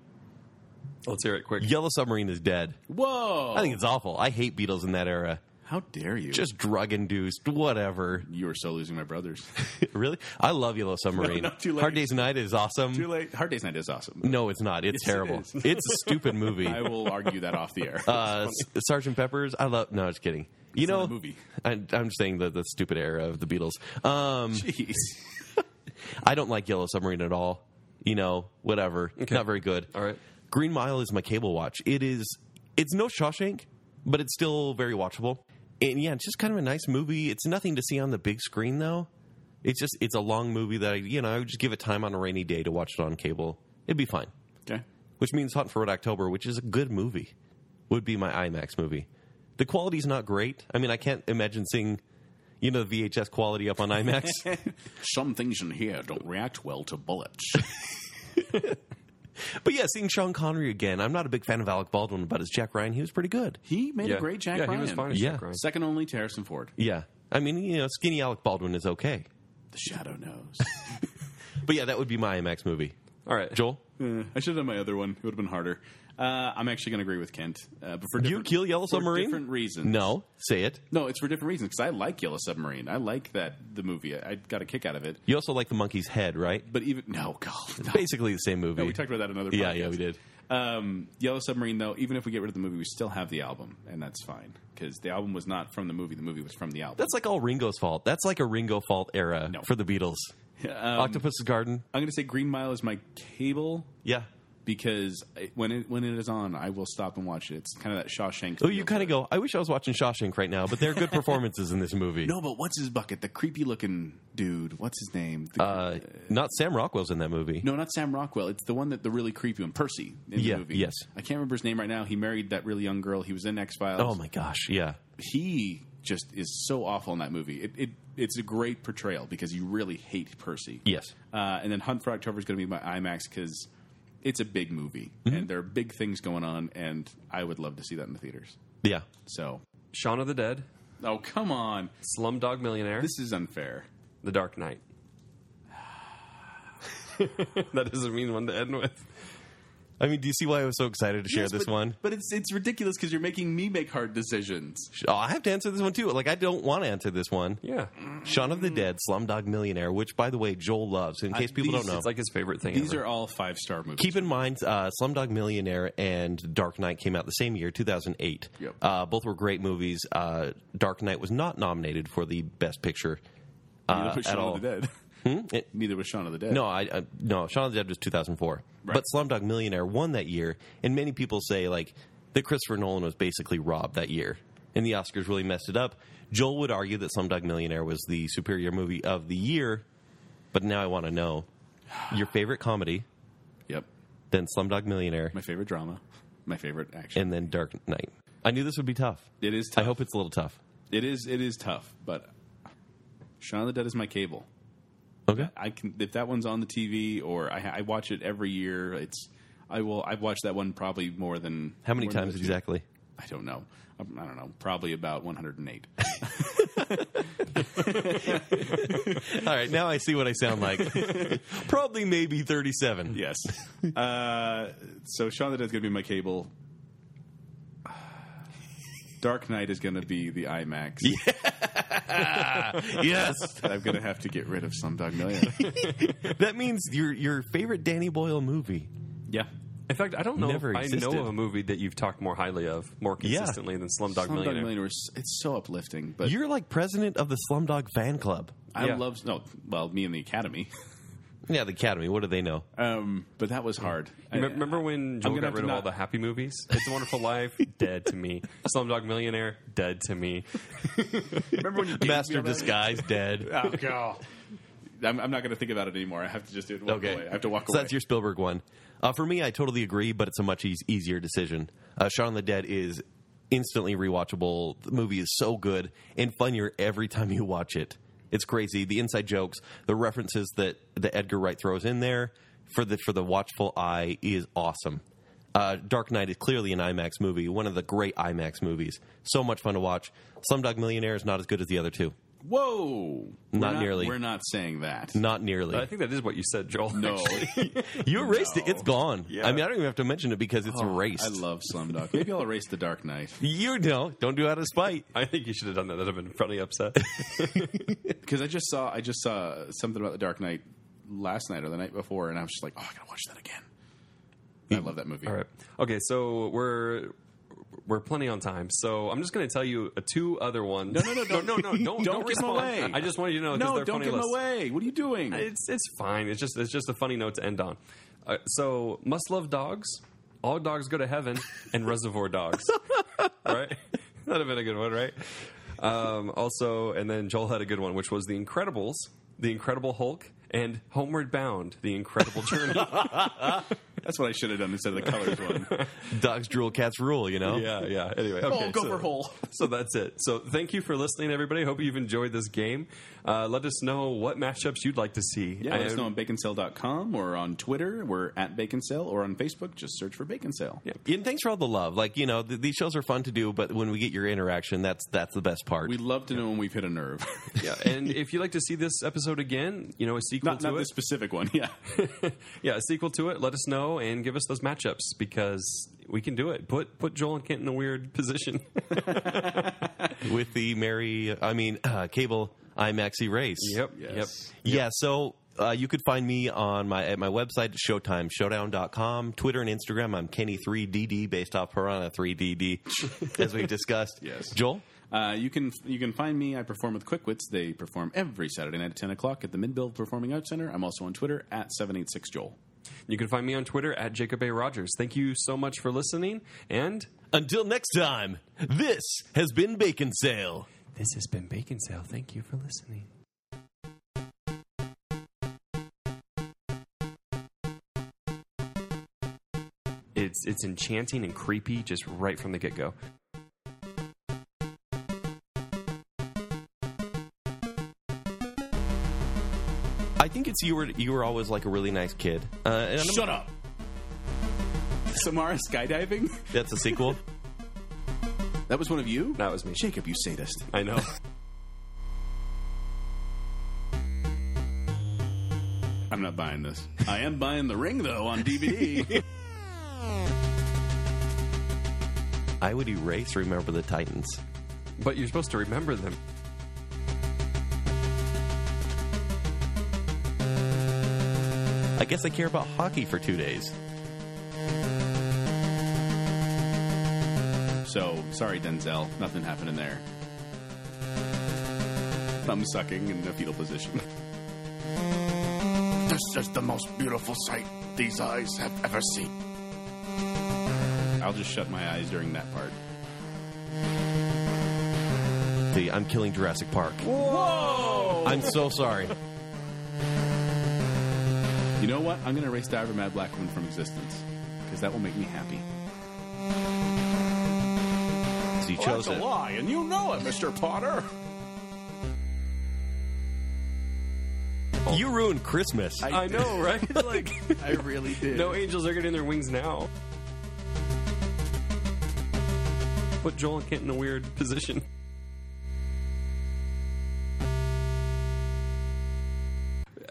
S2: Let's hear it quick.
S1: Yellow submarine is dead.
S3: Whoa!
S1: I think it's awful. I hate Beatles in that era.
S3: How dare you?
S1: Just drug induced, whatever.
S3: you are so losing my brothers.
S1: really, I love Yellow Submarine.
S3: No, no, too late.
S1: Hard Days Night is awesome.
S3: Too late. Hard Day's Night is awesome.
S1: No, it's not. It's
S3: Yes, it
S1: terrible.
S3: is.
S1: it's a stupid movie.
S3: I will argue that off the air.
S1: uh, S- Sergeant Pepper's. I love. No, just kidding. You know,
S3: not a movie.
S1: I, I'm just saying the the stupid era of the Beatles. Um,
S3: Jeez.
S1: I don't like Yellow Submarine at all. You know, whatever. Not very good.
S2: All right.
S1: Green Mile is my cable watch. It is. It's no Shawshank, but it's still very watchable. And yeah, it's just kind of a nice movie. It's nothing to see on the big screen though. It's just it's a long movie that I you know I would just give it time on a rainy day to watch it on cable. It'd be fine.
S3: Okay.
S1: Which means Hunt for Red October, which is a good movie, would be my IMAX movie. The quality's not great. I mean, I can't imagine seeing you know the VHS quality up on IMAX.
S3: Some things in here don't react well to bullets.
S1: But yeah, seeing Sean Connery again, I'm not a big fan of Alec Baldwin, but as Jack Ryan, he was pretty good.
S3: He made
S2: Yeah.
S3: a great Jack
S2: yeah,
S3: Ryan.
S2: he was fine as
S1: Yeah.
S2: Jack Ryan.
S3: Second only to Harrison Ford.
S1: Yeah. I mean, you know, skinny Alec Baldwin is okay.
S3: The Shadow knows.
S1: But yeah, that would be my IMAX movie.
S2: All right.
S1: Joel,
S3: Uh, I should have done my other one. It would have been harder. Uh, I'm actually going to agree with Kent, uh, but for
S1: You
S3: different-
S1: kill Yellow
S3: for
S1: Submarine?
S3: different reasons.
S1: no, say it.
S3: no, it's for different reasons because I like Yellow Submarine. I like that the movie. I, I got a kick out of it.
S1: You also like The Monkey's Head, right?
S3: But even no, God, no.
S1: Basically the same movie.
S3: No, we talked about that in another.
S1: yeah,
S3: podcast.
S1: yeah, we did.
S3: Um, Yellow Submarine, though, even if we get rid of the movie, we still have the album, and that's fine because the album was not from the movie. The movie was from the album.
S1: That's like all Ringo's fault. That's like a Ringo fault era
S3: No.
S1: for the Beatles.
S3: Um,
S1: Octopus's Garden.
S3: I'm going to say Green Mile is my cable
S1: Yeah.
S3: because I- when it when it is on, I will stop and watch it. It's kind of that Shawshank.
S1: Oh, you kind of go, I wish I was watching Shawshank right now, but there are good performances in this movie.
S3: No, but what's his bucket? The creepy looking dude. What's his name? The-
S1: Uh, not Sam Rockwell's in that movie.
S3: no, not Sam Rockwell. It's the one that the really creepy one, Percy. In
S1: Yeah,
S3: the movie.
S1: yes.
S3: I can't remember his name right now. He married that really young girl. He was in X Files.
S1: Oh my gosh, yeah.
S3: He just is so awful in that movie. It, it it's a great portrayal because you really hate Percy.
S1: Yes.
S3: Uh, and then Hunt for October is going to be my IMAX because it's a big movie
S1: Mm-hmm.
S3: and there are big things going on, and I would love to see that in the theaters.
S1: Yeah.
S3: So,
S2: Shaun of the Dead,
S3: oh come on,
S2: Slumdog Millionaire,
S3: this is unfair.
S2: The Dark Knight. that doesn't mean one to end with.
S1: I mean, do you see why I was so excited to share
S3: Yes,
S1: this
S3: but-
S1: one?
S3: But it's it's ridiculous because you're making me make hard decisions.
S1: Oh, I have to answer this one too. Like, I don't want to answer this one.
S2: Yeah.
S1: Shaun of the
S3: Mm.
S1: Dead, Slumdog Millionaire, which, by the way, Joel loves. In case people
S3: these-
S1: don't know,
S2: It's like his favorite thing
S3: These
S2: ever.
S3: are all five star movies.
S1: keep in mind, uh, Slumdog Millionaire and Dark Knight came out the same year, 2008.
S3: Yep.
S1: Uh, both were great movies. Uh, Dark Knight was not nominated for the Best Picture
S3: Neither
S1: uh,
S3: was
S1: at
S3: Shaun
S1: all. Hmm?
S3: of the Dead.
S1: It-
S3: Neither was Shaun of the Dead.
S1: No, I, I no. Shaun of the Dead was 2004,
S3: Right.
S1: but Slumdog Millionaire won that year, and many people say like that Christopher Nolan was basically robbed that year, and the Oscars really messed it up. Joel would argue that Slumdog Millionaire was the superior movie of the year, but now I want to know your favorite comedy,
S3: Yep.
S1: then Slumdog Millionaire,
S3: My favorite drama. My favorite action.
S1: and then Dark Knight. I knew this would be tough.
S3: it is.
S1: I
S3: Tough.
S1: hope it's a little tough.
S3: It is. It is tough. But Shaun of the Dead is my cable.
S1: Okay.
S3: I can if that one's on the TV or I, I watch it every year. It's I will. I've watched that one probably more than
S1: How many
S3: more than
S1: times
S3: the-
S1: exactly?
S3: I don't know. Um, I don't know. Probably about 108.
S1: All right, now I see what I sound like. Probably maybe 37.
S3: yes. Uh, so Shaun of the Dead's going to be my cable. Dark Knight is going to be the IMAX.
S1: Yes.
S3: I'm going to have to get rid of Slumdog Millionaire.
S1: That means your your favorite Danny Boyle movie.
S3: yeah.
S2: in fact, I don't know.
S1: Never
S2: if I know
S1: existed.
S2: of a movie that you've talked more highly of, more
S1: Yeah.
S2: consistently than Slumdog,
S3: Slumdog
S2: Millionaire.
S3: Millionaire. is it's so uplifting, but
S1: You're like president of the Slumdog fan club.
S3: I
S2: Yeah.
S3: love no, well, me and the Academy.
S1: Yeah, the Academy. What do they know?
S3: Um, but that was hard.
S2: You me- Remember when Joel
S3: gonna
S2: got
S3: have to
S2: rid of all
S3: not-
S2: the happy movies? It's a Wonderful Life, dead to me. Slumdog Millionaire, dead to me.
S3: Remember when you
S1: Master of Disguise, dead.
S3: Oh god. I'm, I'm not going to think about it anymore. I have to just do it. Walk
S1: Okay.
S3: away. I have to walk
S1: so
S3: away.
S1: that's your Spielberg one. Uh, for me, I totally agree, but it's a much eas easier decision. Uh, Shaun of the Dead is instantly rewatchable. The movie is so good and funnier every time you watch it. It's crazy. The inside jokes, the references that, that Edgar Wright throws in there for the for the watchful eye is awesome. Uh, Dark Knight is clearly an IMAX movie, one of the great IMAX movies. So much fun to watch. Slumdog Millionaire is not as good as the other two.
S3: Whoa! We're
S1: Not nearly.
S3: We're not saying that.
S1: Not nearly.
S2: I think that is what you said, Joel.
S3: No,
S2: actually.
S1: You erased it. It's gone.
S2: Yeah.
S1: I mean, I don't even have to mention it because it's erased.
S3: Oh, I love Slumdog. Maybe I'll erase the Dark Knight
S1: You know, don't do it out of spite.
S2: I think you should have done that. That'd have been funny upset.
S3: because I just saw I just saw something about the Dark Knight last night or the night before, and I was just like, oh, I gotta watch that again. I love that movie.
S2: All right. Okay, so we're we're plenty on time. So I'm just going to tell you uh, two other ones. No,
S3: no, no,
S2: no, no, no, don't,
S3: Don't give them
S2: respond.
S3: away.
S2: I just wanted you to know because
S3: No,
S2: they're
S3: don't
S2: funny
S3: give them
S2: lists.
S3: away. What are you doing?
S2: It's it's fine. It's just it's just a funny note to end on. Uh, so must love dogs. All dogs go to heaven, and Reservoir Dogs. right? That'd have been a good one, right? Um, also, and then Joel had a good one, which was The Incredibles, The Incredible Hulk, and Homeward Bound: The Incredible Journey.
S3: That's what I should have done instead of the colors one.
S1: Dogs drool, cats rule. You know.
S2: yeah, yeah. Anyway, okay,
S3: oh, go
S2: so-
S3: for hole.
S2: So that's it. So thank you for listening, everybody. Hope you've enjoyed this game. Uh, let us know what matchups you'd like to see.
S3: Yeah, let us
S2: And-
S3: know on baconcell.com or on Twitter. We're at Bacon Sale or on Facebook. Just search for Bacon Sale.
S1: And thanks for all the love. Like you know, th- these shows are fun to do, but when we get your interaction, that's that's the best part.
S3: We'd love to know when we've hit a nerve.
S2: Yeah, and if you'd like to see this episode again, you know, a sequel
S3: not
S2: to
S3: not
S2: it.
S3: this specific one. Yeah.
S2: yeah, a sequel to it. Let us know and give us those matchups because we can do it. Put put Joel and Kent in a weird position.
S1: With the Mary, I mean, uh, cable IMAX erase.
S3: Yes.
S1: Yeah. So. Uh, you could find me on my at my website showtimeshowdown.com twitter and instagram i'm kenny3dd based off piranha 3dd as we discussed
S3: Yes.
S1: joel
S3: Uh, you can you can find me. I perform with Quickwits. They perform every Saturday night at ten o'clock at the Midville Performing Arts Center. I'm also on Twitter at seven eight six Joel.
S2: Yep. You can find me on Twitter at Jacob A. Rogers. Thank you so much for listening, and
S1: until next time this has been bacon sale
S2: this has been Bacon Sale. Thank you for listening. It's it's enchanting and creepy just right from the get go.
S1: I think it's you were you were always like a really nice kid. Uh, and I'm-
S3: Shut up. Samara skydiving.
S1: that's a sequel.
S3: That was one of you.
S2: That was me.
S3: Jacob, you sadist.
S2: I know.
S3: I'm not buying this. I am buying the ring though on DVD.
S1: I would erase Remember the Titans.
S2: but you're supposed to remember them.
S1: I guess I care about hockey for two days.
S3: So sorry, Denzel. Nothing happening there. Thumb sucking in a fetal position.
S4: This is the most beautiful sight these eyes have ever seen.
S3: I'll just shut my eyes during that part.
S1: The I'm killing Jurassic Park. Whoa! I'm so sorry.
S3: You know what? I'm going to erase the Iver Mad Black Woman from existence because that will make me happy.
S1: So you chose it.
S4: lie, and you know it, Mr. Potter.
S1: You ruined Christmas.
S2: I know, right? like,
S4: I really did.
S2: no angels are getting their wings now. Put Joel and Kent in a weird position.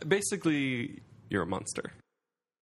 S2: Basically, you're a monster.